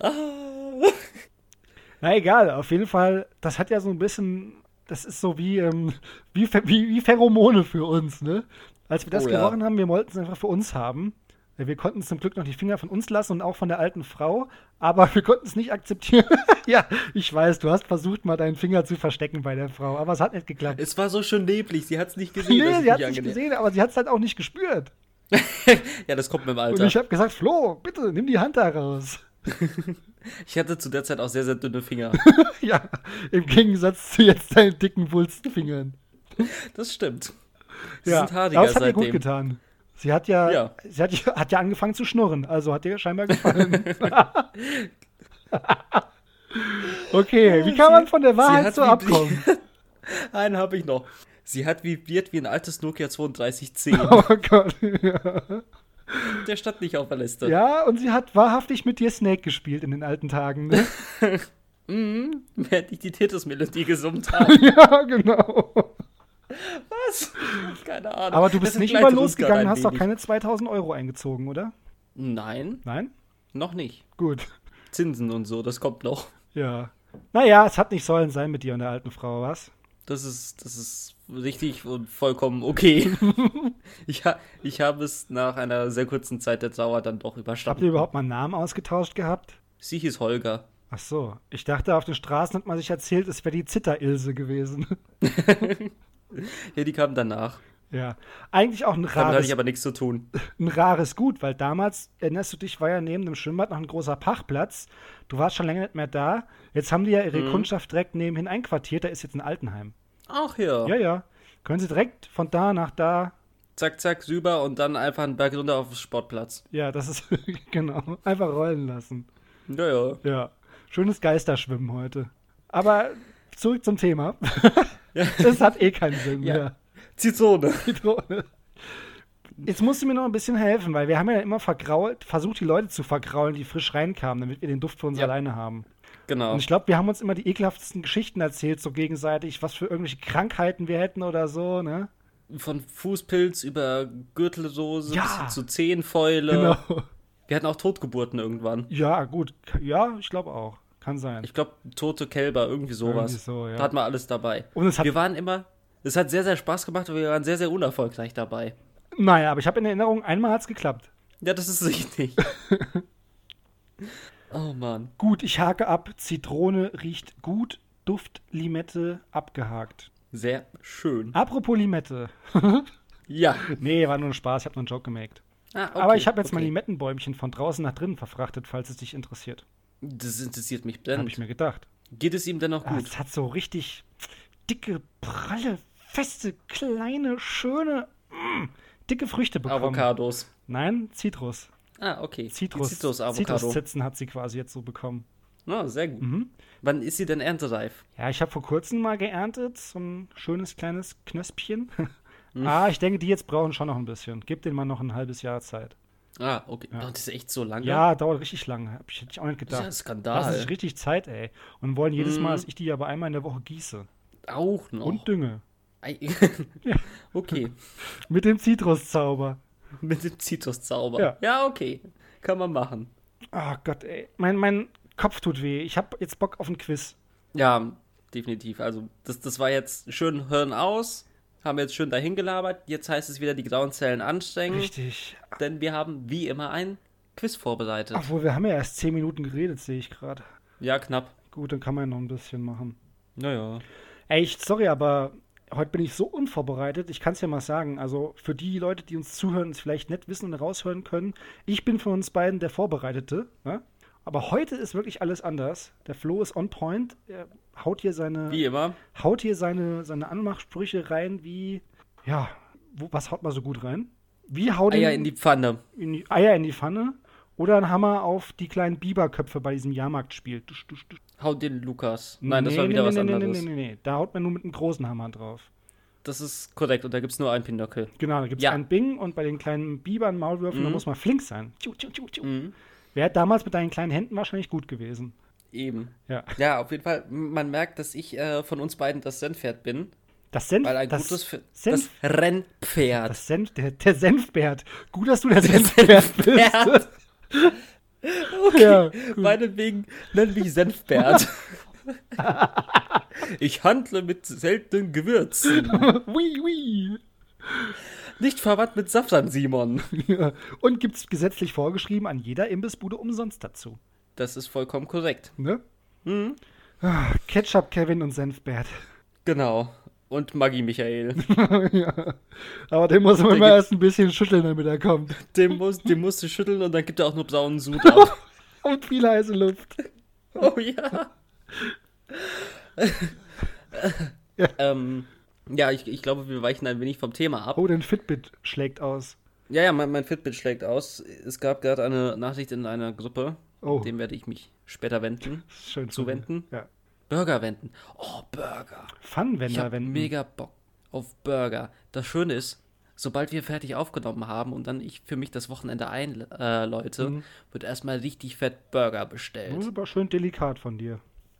Ah.
Na egal, auf jeden Fall, das hat ja so ein bisschen, das ist so wie, ähm, wie, Pher- wie, wie Pheromone für uns, ne? Als wir das
Oh ja.
gerochen haben, wir wollten es einfach für uns haben. Äh, Wir konnten zum Glück noch die Finger von uns lassen und auch von der alten Frau, aber wir konnten es nicht akzeptieren. ja, ich weiß, du hast versucht, mal deinen Finger zu verstecken bei der Frau, aber es hat nicht geklappt.
es war so schön neblig, sie hat es nicht gesehen. das
Nee,
ist
sie hat
nicht
es nicht
angenehm.
gesehen, aber sie hat es halt auch nicht gespürt.
Ja, das kommt mit dem
Und
Alter.
ich habe gesagt, Flo, bitte, nimm die Hand da raus.
Ich hatte zu der Zeit auch sehr, sehr dünne Finger.
ja, im Gegensatz zu jetzt deinen dicken Wulstfingern.
Das stimmt. Sie
Ja,
sind haariger
aber es hat ihr
seitdem.
gut getan. Sie hat ja,
Ja.
sie hat, ja- hat ja angefangen zu schnurren, also hat ihr scheinbar gefallen. okay, wie kann man von der
sie
Wahrheit
hat
so
wie-
abkommen?
Einen habe ich noch. Sie hat vibriert wie ein altes Nokia 3210.
Oh Gott. Ja.
Der stand nicht auf der Liste.
ja, und sie hat wahrhaftig mit dir Snake gespielt in den alten Tagen. Ne?
Mhm, während ich die Titus-Melodie gesummt habe.
ja, genau.
Was? Keine Ahnung.
Aber du
Das
bist nicht
entgleitet
über
uns
losgegangen,
gerade ein
hast doch
wenig.
keine 2000 Euro eingezogen, oder?
Nein,
Nein?
noch nicht.
Gut.
Zinsen und so, das kommt noch.
Ja. Naja, es hat nicht sollen sein mit dir und der alten Frau, was?
Das ist, das ist richtig und vollkommen okay. ich, ha ich habe es nach einer sehr kurzen Zeit der Trauer dann doch
Habt ihr
überstanden.
überhaupt mal einen Namen ausgetauscht gehabt?
Sie hieß Holger.
Ach so, ich dachte, auf den Straßen hat man sich erzählt, es wäre die Zitter-Ilse gewesen.
Ja, die kam danach.
ja, eigentlich auch ein
Damit hatte
rares,
ich aber nichts zu tun.
ein rares Gut, weil damals, erinnerst du dich, war ja neben dem Schwimmbad noch ein großer Pachplatz. Du warst schon länger nicht mehr da. Jetzt haben die ja
Mhm.
ihre Kundschaft direkt nebenhin einquartiert, da ist jetzt ein Altenheim.
Ach ja.
Ja, ja. Können sie direkt von da nach da.
Zack, zack, Süber und dann einfach einen Berg runter auf den Sportplatz.
Ja, das ist, genau, einfach rollen lassen.
Ja, ja.
Ja, schönes Geisterschwimmen heute. Aber zurück zum Thema. das hat eh keinen Sinn
Ja.
mehr.
Zitrone.
Zitrone. Jetzt musst du mir noch ein bisschen helfen, weil wir haben ja immer vergrault, versucht, die Leute zu vergraulen, die frisch reinkamen, damit wir den Duft für uns
Ja.
alleine haben.
Genau.
Und ich glaube, wir haben uns immer die ekelhaftesten Geschichten erzählt, so gegenseitig, was für irgendwelche Krankheiten wir hätten oder so, ne?
Von Fußpilz über Gürtelsoße
Ja.
bis hin zu Zehenfäule.
Genau.
Wir hatten auch Totgeburten irgendwann.
Ja, gut. K- Ja, ich glaube auch. Kann sein.
Ich glaube, tote Kälber, irgendwie sowas.
Irgendwie so, ja.
Da hat man alles dabei.
Und es hat-
wir waren immer, es hat sehr, sehr Spaß gemacht, aber wir waren sehr, sehr unerfolgreich dabei.
naja, aber ich habe in Erinnerung, einmal hat es geklappt.
Ja, das ist richtig. oh Mann.
Gut, ich hake ab. Zitrone riecht gut. Duft, Limette, abgehakt.
Sehr schön.
Apropos Limette.
Ja.
nee, war nur ein Spaß, ich habe nur einen Joke gemacht.
Ah, okay,
Aber ich habe jetzt mal
okay.
Limettenbäumchen von draußen nach drinnen verfrachtet, falls es dich interessiert.
Das interessiert mich
Habe ich
brennend.
mir gedacht.
Geht es ihm denn noch
Ah,
gut?
es hat so richtig dicke, pralle, feste, kleine, schöne, mm, dicke Früchte bekommen.
Avocados.
Nein, Zitrus.
Ah, okay.
Zitrus. Mhm.
Zitrus-Avocado.
Zitruszitzen hat sie quasi jetzt so bekommen.
Na, sehr gut. Wann ist sie denn erntereif?
Ja, ich habe vor kurzem mal geerntet, so ein schönes kleines Knöspchen.
Mhm.
ah, ich denke, die jetzt brauchen schon noch ein bisschen. Gib denen mal noch ein halbes Jahr Zeit.
Ah, okay. Oh, das ist echt so lange.
Ja, dauert richtig lang. Hab ich, hätte ich auch nicht
Das ist ja
gedacht.
ein
Das
Skandal.
ist richtig Zeit, ey. Und wollen jedes Mal, dass ich die aber einmal in der Woche gieße.
Auch noch.
Und dünge.
Ei- okay.
Mit dem Zitruszauber.
Mit dem Zitruszauber.
Ja.
Ja. okay. Kann man machen.
Ach Ah, Gott, ey. Mein, mein Kopf tut weh. Ich habe jetzt Bock auf ein Quiz.
Ja, definitiv. Also, das, das war jetzt schön Hirn aus. Haben wir jetzt schön dahin gelabert. Jetzt heißt es wieder die grauen Zellen anstrengen.
Richtig.
Denn wir haben wie immer ein Quiz vorbereitet.
Obwohl, wir haben ja erst 10 Minuten geredet, sehe ich gerade.
Ja, knapp.
Gut, dann kann man ja noch ein bisschen machen.
Naja.
Ey, ich, sorry, aber heute bin ich so unvorbereitet. Ich kann es ja mal sagen. Also für die Leute, die uns zuhören, es vielleicht nicht wissen und raushören können, ich bin von uns beiden der Vorbereitete. Ne? Aber heute ist wirklich alles anders. Der Flo ist on point. Er haut hier seine,
Wie immer.
haut hier seine, seine Anmachsprüche rein, wie, ja, wo, was haut man so gut rein? Wie haut
Eier
den-
in die Pfanne.
in die Eier in die Pfanne oder ein Hammer auf die kleinen Biberköpfe bei diesem Jahrmarktspiel. Dusch, dusch, dusch.
Haut den Lukas. Nein, das
Nee,
war wieder
nee,
was
nee, nee,
anderes.
Nee, nee, nee, nee. Da haut man nur mit einem großen Hammer drauf.
Das ist korrekt. Und da gibt es nur einen Pinocchio.
Genau, da gibt es
Ja.
einen Bing und bei den kleinen Bibern, Maulwürfen, da muss man flink sein. Tschu, tschu, tschu, tschu.
Mhm.
Wäre damals mit deinen kleinen Händen wahrscheinlich gut gewesen.
Eben.
Ja.
Ja, auf jeden Fall. M- Man merkt, dass ich äh, von uns beiden das Sennpferd bin.
Das Senf,
Weil ein
das,
gutes Fe-
Senf,
das Rennpferd.
das Senf, der, der Senfbärt. Gut, dass du der Senfbärt bist.
Senfbärt. okay.
Ja,
Meinetwegen nenn mich Senfbert. ich handle mit seltenen Gewürzen.
Ui, ui.
Nicht verwandt mit Safran, Simon.
Ja. Und gibt es gesetzlich vorgeschrieben an jeder Imbissbude umsonst dazu.
Das ist vollkommen korrekt.
Ne?
Mhm.
Ah, Ketchup, Kevin und Senfbärt.
Genau. Und Maggi Michael.
Aber den muss man
Der
immer
gibt-
erst ein bisschen schütteln, damit er kommt.
Den, muss, den musst du schütteln und dann gibt er auch nur braunen Sud ab.
Und viel heiße Luft.
Oh ja. ähm, ja, ich, ich glaube, wir weichen ein wenig vom Thema ab.
Oh, dein Fitbit schlägt aus.
Ja, ja, mein, mein Fitbit schlägt aus. Es gab gerade eine Nachricht in einer Gruppe.
Oh.
Dem werde ich mich später wenden.
Schön zu
Zuwenden?
Ja.
Burger wenden. Oh, Burger. Ich
Funwender
habe
wenden.
mega Bock auf Burger. Das Schöne ist, sobald wir fertig aufgenommen haben und dann ich für mich das Wochenende einläute, äh, läute,
Mhm.
wird erstmal richtig fett Burger bestellt.
Das ist aber schön delikat von dir.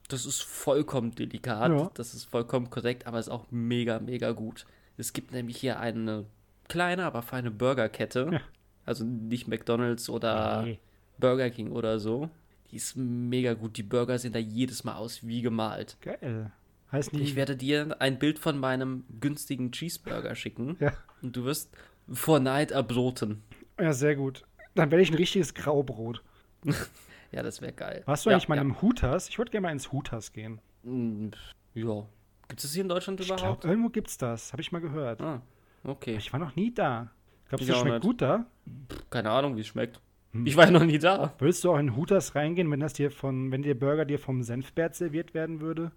Das ist vollkommen delikat,
Ja.
das ist vollkommen korrekt, aber ist auch mega, mega gut. Es gibt nämlich hier eine kleine, aber feine Burgerkette.
Ja.
Also nicht McDonalds oder
Nee.
Burger King oder so. Die ist mega gut. Die Burger sehen da jedes Mal aus wie gemalt.
Geil. Heißt nicht.
Ich werde dir ein Bild von meinem günstigen Cheeseburger schicken
ja.
und du wirst vor Neid erbroten.
ja, sehr gut. Dann werde ich ein richtiges Graubrot.
Ja, das wäre geil.
Warst du
ja,
eigentlich mal im Hooters? Ich würde gerne mal ins Hooters gehen.
ja. Mm, Ja. Gibt es das hier in Deutschland
Ich
überhaupt?
glaube, irgendwo gibt's das. Habe ich mal gehört.
Ah, okay.
Ich war noch nie da. Glaubst du,
Ich
das
auch
schmeckt
nicht.
gut da?
Keine Ahnung, wie es schmeckt.
Hm.
Ich war ja noch nie da.
Würdest du auch in Hooters reingehen, wenn das dir von, wenn der Burger dir vom Senfbert serviert werden würde?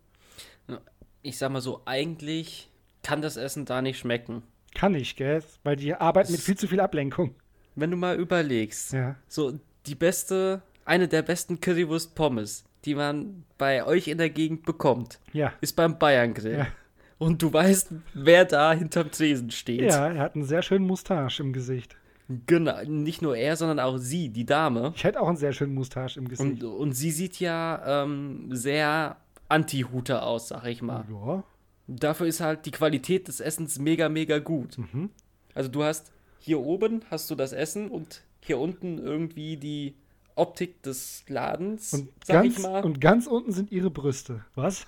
Ich sag mal so, eigentlich kann das Essen da nicht schmecken.
Kann ich, gell? Weil die arbeiten mit viel zu viel Ablenkung.
Wenn du mal überlegst,
Ja.
so die beste, eine der besten Currywurst-Pommes, die man bei euch in der Gegend bekommt,
Ja.
ist beim Bayern-Grill.
Ja.
Und du weißt, wer da hinterm Tresen steht.
Ja, er hat einen sehr schönen Mustache im Gesicht.
Genau, nicht nur er, sondern auch sie, die Dame.
Ich hätte auch einen sehr schönen Mustache im Gesicht.
Und, und sie sieht ja ähm, sehr anti-Huter aus, sag ich mal.
ja.
Dafür ist halt die Qualität des Essens mega, mega gut.
Mhm.
Also du hast hier oben hast du das Essen und hier unten irgendwie die Optik des Ladens,
Und
sag
ganz,
ich mal. Mhm. Und,
und ganz unten sind ihre Brüste. Was?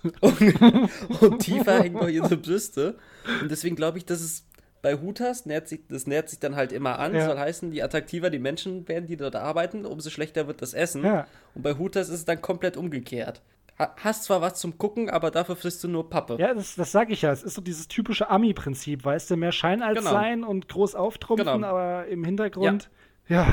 tiefer hängen noch ihre Brüste. Und deswegen glaube ich, dass es bei Hutas, nährt sich, das nährt sich dann halt immer an.
Ja.
Soll heißen, je attraktiver die Menschen werden, die dort arbeiten, umso schlechter wird das Essen.
Ja.
Und bei Hutas ist es dann komplett umgekehrt. ha- hast zwar was zum Gucken, aber dafür frisst du nur Pappe.
Ja, das, das sage ich ja. Es ist so dieses typische Ami-Prinzip, weißt du, mehr Schein als
Genau.
Sein und groß auftrumpfen,
Genau.
aber im Hintergrund, ja.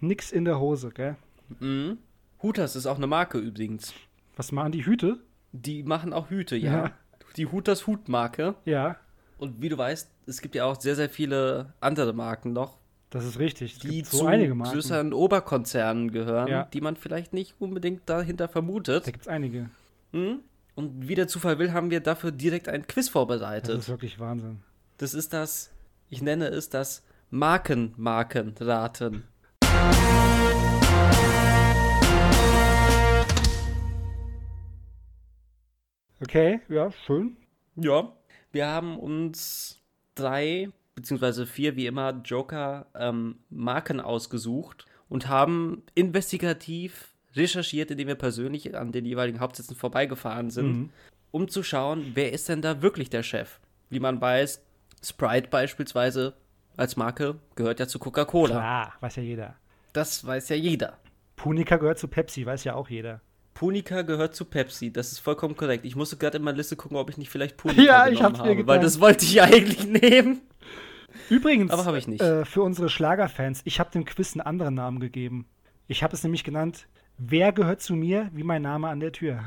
nix in der Hose, gell?
Mhm. Hooters ist auch eine Marke übrigens.
Was machen die Hüte?
Die machen auch Hüte, ja.
Ja.
Die Hooters Hutmarke.
Ja,
Und wie du weißt, es gibt ja auch sehr, sehr viele andere Marken noch,
das ist richtig. Es
die
gibt so
zu
einige Marken.
größeren Oberkonzernen gehören,
Ja.
die man vielleicht nicht unbedingt dahinter
Da
vermutet.
gibt es einige.
Hm? Und wie der Zufall will, haben wir dafür direkt ein Quiz
Das
vorbereitet.
ist wirklich Wahnsinn.
Das ist das, ich nenne es das Marken-Marken-Raten.
Okay, ja, schön.
Ja. Wir haben uns drei, beziehungsweise vier, wie immer, Joker ähm, Marken ausgesucht und haben investigativ recherchiert, indem wir persönlich an den jeweiligen Hauptsitzen vorbeigefahren sind,
Mhm.
um zu schauen, wer ist denn da wirklich der Chef. Wie man weiß, Sprite beispielsweise als Marke gehört ja zu Coca-Cola.
Klar, weiß ja jeder.
Das weiß ja jeder.
Punica gehört zu Pepsi, weiß ja auch jeder.
Punica gehört zu Pepsi, das ist vollkommen korrekt. Ich musste gerade in meine Liste gucken, ob ich nicht vielleicht Punica
Ja, ich
genommen
hab's mir
habe, weil
gedacht.
das wollte ich eigentlich nehmen.
Übrigens,
Aber habe ich nicht.
Äh, für unsere Schlagerfans, ich habe dem Quiz einen anderen Namen gegeben. Ich habe es nämlich genannt, wer gehört zu mir wie mein Name an der Tür?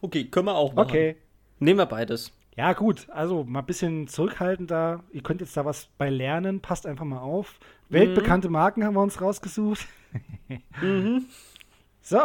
Okay, können wir auch machen.
Okay.
Nehmen wir beides.
Ja, gut, also mal ein bisschen zurückhaltender. Ihr könnt jetzt da was bei lernen, passt einfach mal auf. Weltbekannte
Mhm.
Marken haben wir uns rausgesucht. So,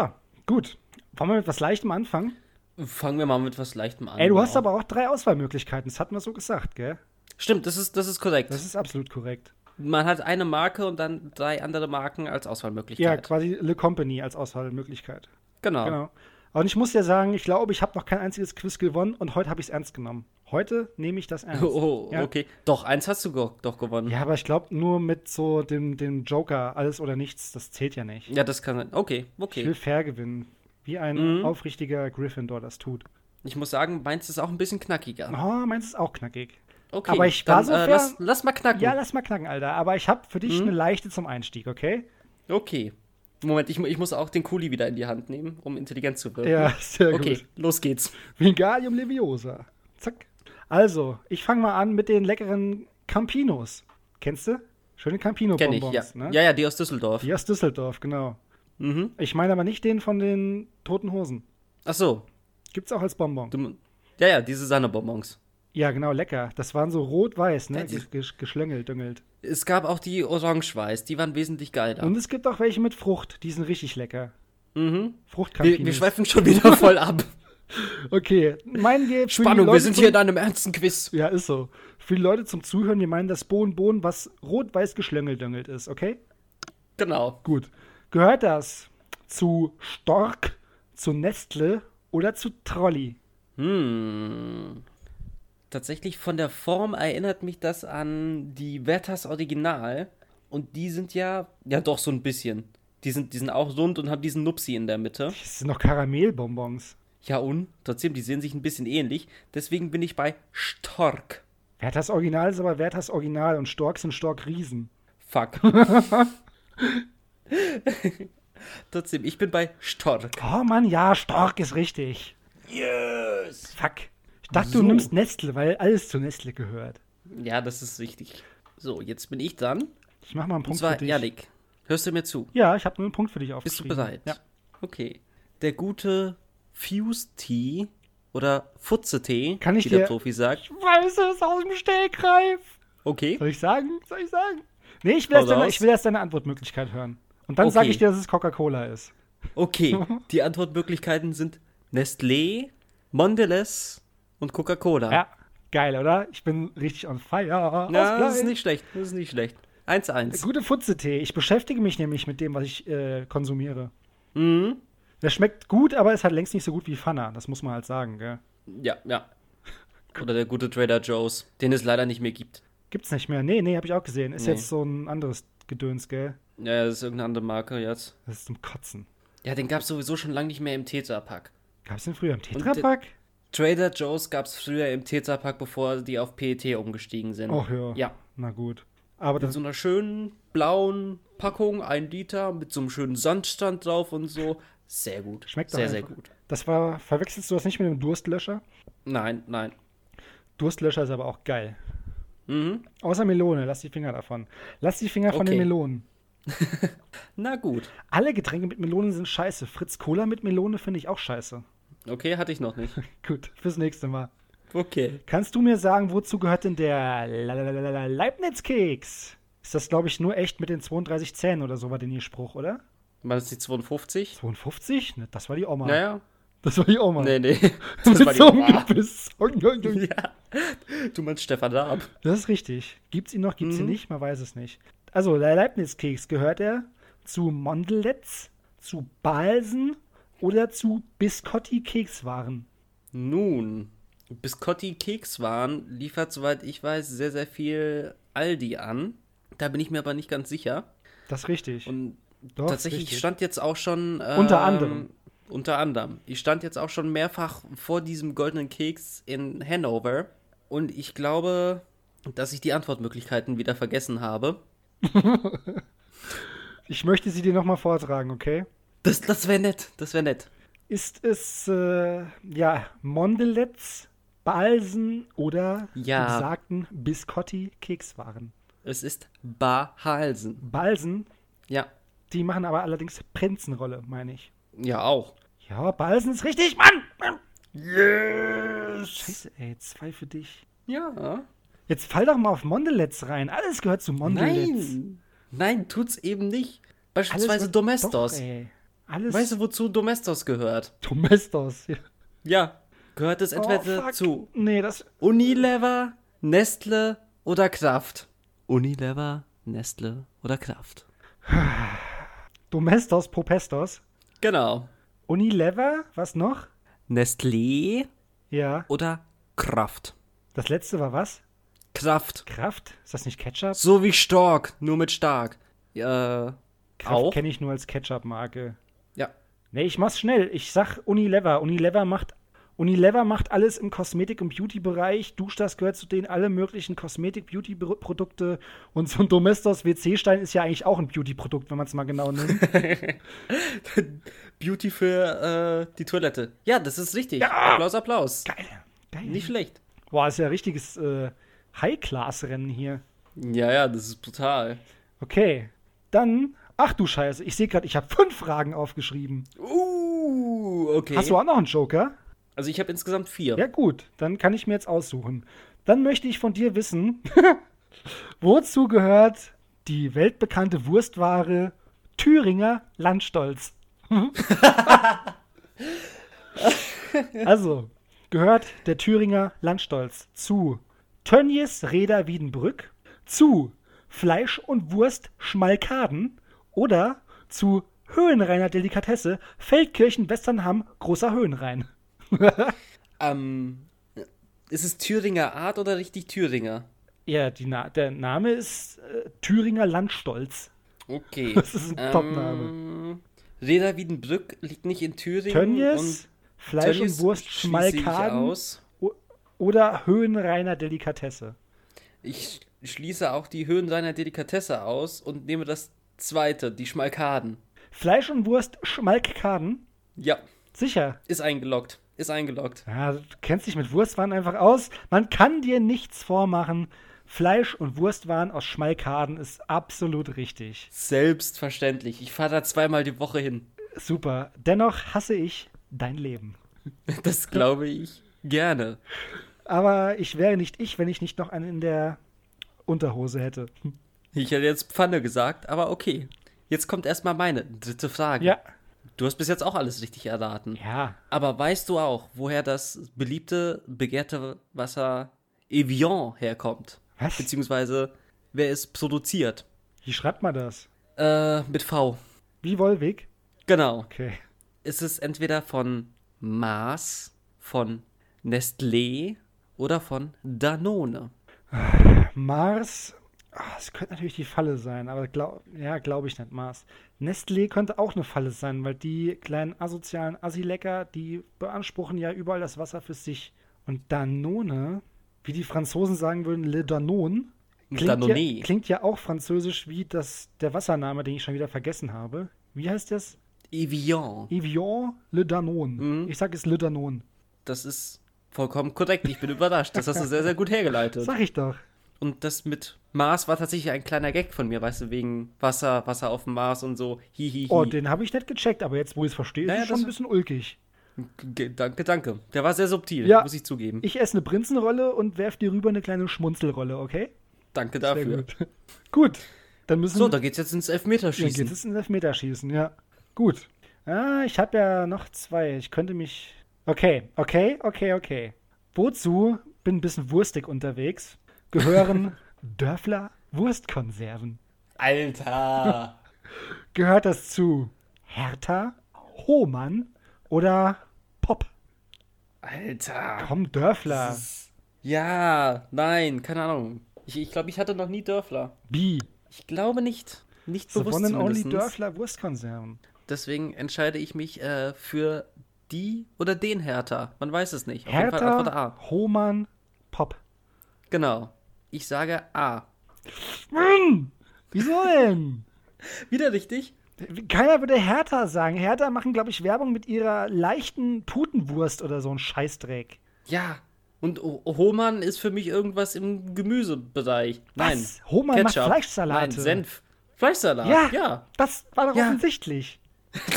gut. Wollen wir mit was Leichtem anfangen?
Fangen wir mal mit was Leichtem an.
Ey, du hast
Genau.
aber auch drei Auswahlmöglichkeiten, das hatten wir so gesagt, gell?
Stimmt, das ist, das ist korrekt.
Das ist absolut korrekt.
Man hat eine Marke und dann drei andere Marken als
Ja,
Auswahlmöglichkeit.
quasi Le Company als Auswahlmöglichkeit.
genau.
Genau. Und ich muss dir sagen, ich glaube, ich habe noch kein einziges Quiz gewonnen und heute habe ich es ernst genommen. Heute nehme ich das ernst.
Oh,
Genau. ja.
okay. Doch, eins hast du ge- doch gewonnen. Ja,
Ja, aber ich glaube nur mit so dem, dem Joker, alles oder nichts, das zählt ja nicht.
das kann sein. Okay, okay.
Ich will fair gewinnen. Wie
Mhm.
ein aufrichtiger Gryffindor das tut.
Ich muss sagen, meins ist auch ein bisschen knackiger.
Oh, meins ist auch knackig.
Okay,
Aber ich war
dann
so
äh,
fair-
lass, lass mal knacken.
Ja, lass mal knacken, Alter. Aber ich habe für
Mhm.
dich eine leichte zum Einstieg, okay?
Okay. Moment, ich, mu- ich muss auch den Kuli wieder in die Hand nehmen, um intelligent zu wirken.
Ja, sehr
okay,
gut.
los geht's.
Vingalium Leviosa. Zack. Also, ich fange mal an mit den leckeren Campinos. Kennst du? Schöne
Kenn ich,
Campino-Bonbons,
ja.
ne?
Ja, ja, die aus Düsseldorf.
Die aus Düsseldorf, genau.
Mhm.
Ich meine aber nicht den von den Toten Hosen.
Ach so.
Gibt's auch als Bonbon.
Du, ja, ja, diese Sahnebonbons.
Ja, genau, lecker. Das waren so rot-weiß, ne?
Ja, die-
Gesch- gesch- Geschlängelt, düngelt.
Es gab auch die Orange-Weiß, die waren wesentlich geiler.
Und es gibt auch welche mit Frucht. Die sind richtig lecker.
Mhm. Wir, wir
Fruchtkampinos.
schweifen schon wieder voll ab.
Okay, meinen wir. für die
Spannung, wir
Leute
sind
zum-
hier in einem ernsten Quiz.
Ja, ist so. Für die Leute zum Zuhören, wir meinen das Bohnenbohnen, was rot-weiß geschlängelt, düngelt ist, okay?
Genau.
Gut. Gehört das zu Stork, zu Nestle oder zu Trolli?
Hm. Tatsächlich von der Form erinnert mich das an die Werthers Original. Und die sind ja, ja doch so ein bisschen. Die sind, die sind auch rund und haben diesen Nupsi in der Mitte.
Das sind noch Karamellbonbons.
Ja und? Trotzdem, die sehen sich ein bisschen ähnlich. Deswegen bin ich bei Stork.
Werthers Original ist aber Werthers Original und Stork sind Stork-Riesen.
Fuck. Trotzdem, ich bin bei Stork.
Oh Mann, ja, Stork ist richtig.
Yes!
Fuck. Ich dachte,
So.
du nimmst Nestle, weil alles zu Nestle gehört.
Ja, das ist richtig. So, jetzt bin ich dran.
Ich mach mal einen
Und
Punkt für
zwar
dich.
Erik. Hörst du mir zu?
Ja, ich habe nur einen Punkt für dich
Bist du
aufgeschrieben.
bereit?
Ja.
Okay. Der gute Fuse Tee oder Futze Tee,
Kann ich
wie
dir-
der Profi sagt.
Ich weiß es aus dem Stellgreif.
Okay.
Soll ich sagen? Soll ich sagen? Nee, ich will,
Hau
erst deine,
raus.
ich will erst deine Antwortmöglichkeit hören. Und dann sage
Okay.
ich dir, dass es Coca-Cola ist.
Okay. Die Antwortmöglichkeiten sind Nestlé, Mondelez und Coca-Cola.
Ja, geil, oder? Ich bin richtig on fire.
Ja, Ah. das
Ausgleich.
ist nicht schlecht. Das ist nicht schlecht. 1-1.
Gute Futze-Tee. Ich beschäftige mich nämlich mit dem, was ich äh, konsumiere.
Mhm.
Der schmeckt gut, aber ist halt längst nicht so gut wie Fana. Das muss man halt sagen, gell?
Ja, ja. Oder der gute Trader Joe's, den es leider nicht mehr gibt.
Gibt's nicht mehr. Nee, nee, habe ich auch gesehen. Ist
Nee.
jetzt so ein anderes Gedöns, gell?
Ja, das ist irgendeine andere Marke jetzt.
Das ist zum Kotzen.
Ja, den gab es sowieso schon lange nicht mehr im Tetra-Pack.
Gab's den früher im
äh,
Tetrapack?
Trader Joe's gab es früher im Tetra-Pack, bevor die auf PET E umgestiegen sind.
Ach ja.
mhm. Ja,
Na gut. Aber
In
das,
so einer schönen blauen Packung, ein Liter, mit so einem schönen Sandstand drauf und so. Sehr gut.
Schmeckt doch
Sehr, sehr
einfach.
gut.
das war, verwechselst du das nicht mit einem Durstlöscher?
Nein, nein.
Durstlöscher ist aber auch geil.
Mhm.
Außer Melone, lass die Finger davon. Lass die Finger von den
Okay.
Melonen.
Na gut.
Alle Getränke mit Melone sind scheiße. Fritz Cola mit Melone finde ich auch scheiße.
Okay, hatte ich noch nicht.
Gut, fürs nächste Mal.
Okay.
Kannst du mir sagen, wozu gehört denn der lalalala Leibniz-Keks? Ist das, glaube ich, nur echt mit den 32 Zähnen oder so war denn ihr Spruch, oder?
War das die 52?
52? Ne, das war die Oma.
Naja.
Das war die Oma.
Nee, nee.
das war die Oma.
Ja. Du meinst Stefan Raab.
Das ist richtig. Gibt's ihn noch, gibt's ihn
Mhm.
nicht? Man weiß es nicht. Also, der Leibniz-Keks gehört er zu Mondelez, zu Balsen oder zu Biscotti-Kekswaren.
Nun, Biscotti Kekswaren liefert, soweit ich weiß, sehr, sehr viel Aldi an. Da bin ich mir aber nicht ganz sicher.
Das ist richtig.
Und
Doch, ist
tatsächlich
richtig.
stand jetzt auch schon. ähm,
Unter anderem.
Unter anderem. Ich stand jetzt auch schon mehrfach vor diesem goldenen Keks in Hanover. Und ich glaube, dass ich die Antwortmöglichkeiten wieder vergessen habe.
Ich möchte sie dir nochmal vortragen, okay?
Das, das wäre nett. Das wäre nett.
Ist es, äh, ja, Mondelez, Balsen oder
Ja.
die besagten Biscotti-Kekswaren?
Es ist Bahalsen.
Balsen,
Ja.
die machen aber allerdings Prinzenrolle, meine ich.
Ja, auch.
Ja, Balsen ist richtig, Mann! Yes! Scheiße, ey, zwei für dich.
Ja.
Jetzt fall doch mal auf Mondelez rein. Alles gehört zu Mondelez.
Nein, nein, tut's eben nicht.
Alles
Beispielsweise
wird-
Domestos.
Doch, ey. Alles
weißt du, wozu Domestos gehört?
Domestos. Ja.
Ja. Gehört es entweder
Oh, fuck.
zu
Nee, das.
Unilever, Nestle oder Kraft? Unilever, Nestle oder Kraft.
Domestos, Popestos.
Genau.
Unilever, was noch?
Nestlé
Ja.
oder Kraft.
Das letzte war was?
Kraft.
Kraft? Ist das nicht Ketchup?
So wie Stork, nur mit stark. Äh,
Kraft
auch?
kenne ich nur als Ketchup-Marke.
Ja.
Nee, ich mach's schnell. Ich sag Unilever. Unilever macht, Unilever macht alles im Kosmetik- und Beauty-Bereich. Duschdas gehört zu denen alle möglichen Kosmetik-Beauty-Produkte. Und so ein Domestos WC-Stein ist ja eigentlich auch ein Beauty-Produkt, wenn man es mal genau nimmt.
Beauty für äh, die Toilette. Ja, das ist richtig. Applaus, Applaus.
Geil. Geil.
Nicht schlecht.
Boah, ist ja ein richtiges äh, High-Class-Rennen hier.
Ja, ja, das ist brutal.
Okay. Dann, ach du Scheiße, ich sehe gerade, ich habe fünf Fragen aufgeschrieben.
Uh, okay.
Hast du auch noch einen Joker?
also ich habe insgesamt vier.
Ja, gut, dann kann ich mir jetzt aussuchen. Dann möchte ich von dir wissen, wozu gehört die weltbekannte Wurstware Thüringer Landstolz? also, gehört der Thüringer Landstolz zu Tönnies Reda Wiedenbrück, zu Fleisch und Wurst Schmalkaden oder zu Höhenreiner Delikatesse Feldkirchen Westernham Großer Höhenrhein?
Ähm, ist es Thüringer Art oder richtig Thüringer?
Ja, die Na der Name ist äh, Thüringer Landstolz.
Okay.
Das ist ein Top-Name.
Ähm, Reda Wiedenbrück liegt nicht in Thüringen.
Tönnies, Fleisch
Tönnies
und Wurst,
schließe ich
Schmalkaden
aus.
o- oder Höhenreiner Delikatesse.
Ich schließe auch die Höhen seiner Delikatesse aus und nehme das zweite, die Schmalkaden.
Fleisch und Wurst, Schmalkaden?
Ja,
Sicher.
ist eingeloggt. Ist eingeloggt.
Ja, du kennst dich mit Wurstwaren einfach aus. Man kann dir nichts vormachen. Fleisch und Wurstwaren aus Schmalkaden ist absolut richtig.
Selbstverständlich. Ich fahre da zweimal die Woche hin.
Super. Dennoch hasse ich dein Leben.
Das glaube ich gerne.
Aber ich wäre nicht ich, wenn ich nicht noch einen in der Unterhose hätte. Hm.
Ich hätte jetzt Pfanne gesagt, aber okay. Jetzt kommt erstmal meine dritte Frage.
Ja.
Du hast bis jetzt auch alles richtig erraten.
Ja,
Aber weißt du auch, woher das beliebte, begehrte Wasser Evian herkommt?
Was?
Beziehungsweise, wer es produziert?
Wie schreibt man das?
Äh, mit V.
Wie Wolwig?
Genau.
Okay.
Ist es entweder von Mars, von Nestlé oder von Danone?
Mars. Ah, Es könnte natürlich die Falle sein, aber glaub, ja, glaube ich nicht, Mars. Nestlé könnte auch eine Falle sein, weil die kleinen asozialen Assi-Lecker, die beanspruchen ja überall das Wasser für sich. Und Danone, wie die Franzosen sagen würden, Le Danone, Klingt ja, klingt ja auch französisch wie das, der Wassername, den ich schon wieder vergessen habe. Wie heißt das?
Evian.
Evian Le Danone.
Mhm.
Ich sag es Le Danone.
Das ist vollkommen korrekt. Ich bin überrascht. Das hast du sehr, sehr gut hergeleitet.
Sag ich doch.
Und das mit Mars war tatsächlich ein kleiner Gag von mir, weißt du, wegen Wasser, Wasser auf dem Mars und so. Hihihi. Hi, hi.
Oh, den habe ich nicht gecheckt, aber jetzt, wo ich es verstehe, ist
Naja,
es schon
das-
ein bisschen ulkig.
Ge- danke, danke. Der war sehr subtil,
Ja.
muss ich zugeben.
Ich esse eine Prinzenrolle und werf dir rüber eine kleine Schmunzelrolle, okay?
danke
Sehr
dafür.
gut. gut, dann müssen
So,
dann
da geht's jetzt ins
geht
Elfmeterschießen.
es ins Elfmeterschießen, ja. Gut. Ah, ich habe ja noch zwei. Ich könnte mich. Okay, okay, okay, okay. Wozu bin ein bisschen wurstig unterwegs? Gehören Dörfler Wurstkonserven?
Alter!
Gehört das zu Hertha, Hohmann oder Pop?
Alter!
Komm, Dörfler.
Ja, nein, keine Ahnung. Ich, ich glaube, ich hatte noch nie Dörfler.
Wie?
Ich glaube nicht. Nicht
The
bewusst
one and only
zumindestens.
Dörfler Wurstkonserven.
Deswegen entscheide ich mich äh, für die oder den Hertha. Man weiß es nicht. Auf jeden Fall Antwort
Hertha,
A.
Hohmann, Pop.
Genau. Ich sage A. Hm!
Mann, wieso denn?
Wieder richtig?
Keiner würde Hertha sagen. Hertha machen, glaube ich, Werbung mit ihrer leichten Putenwurst oder so ein Scheißdreck.
Ja. Und O- Hohmann ist für mich irgendwas im Gemüsebereich. Nein.
Hohmann macht
Ketchup.
Fleischsalate.
Nein, Senf. Fleischsalat.
Ja,
Ja. Ah, ja.
das war doch
Ja.
offensichtlich.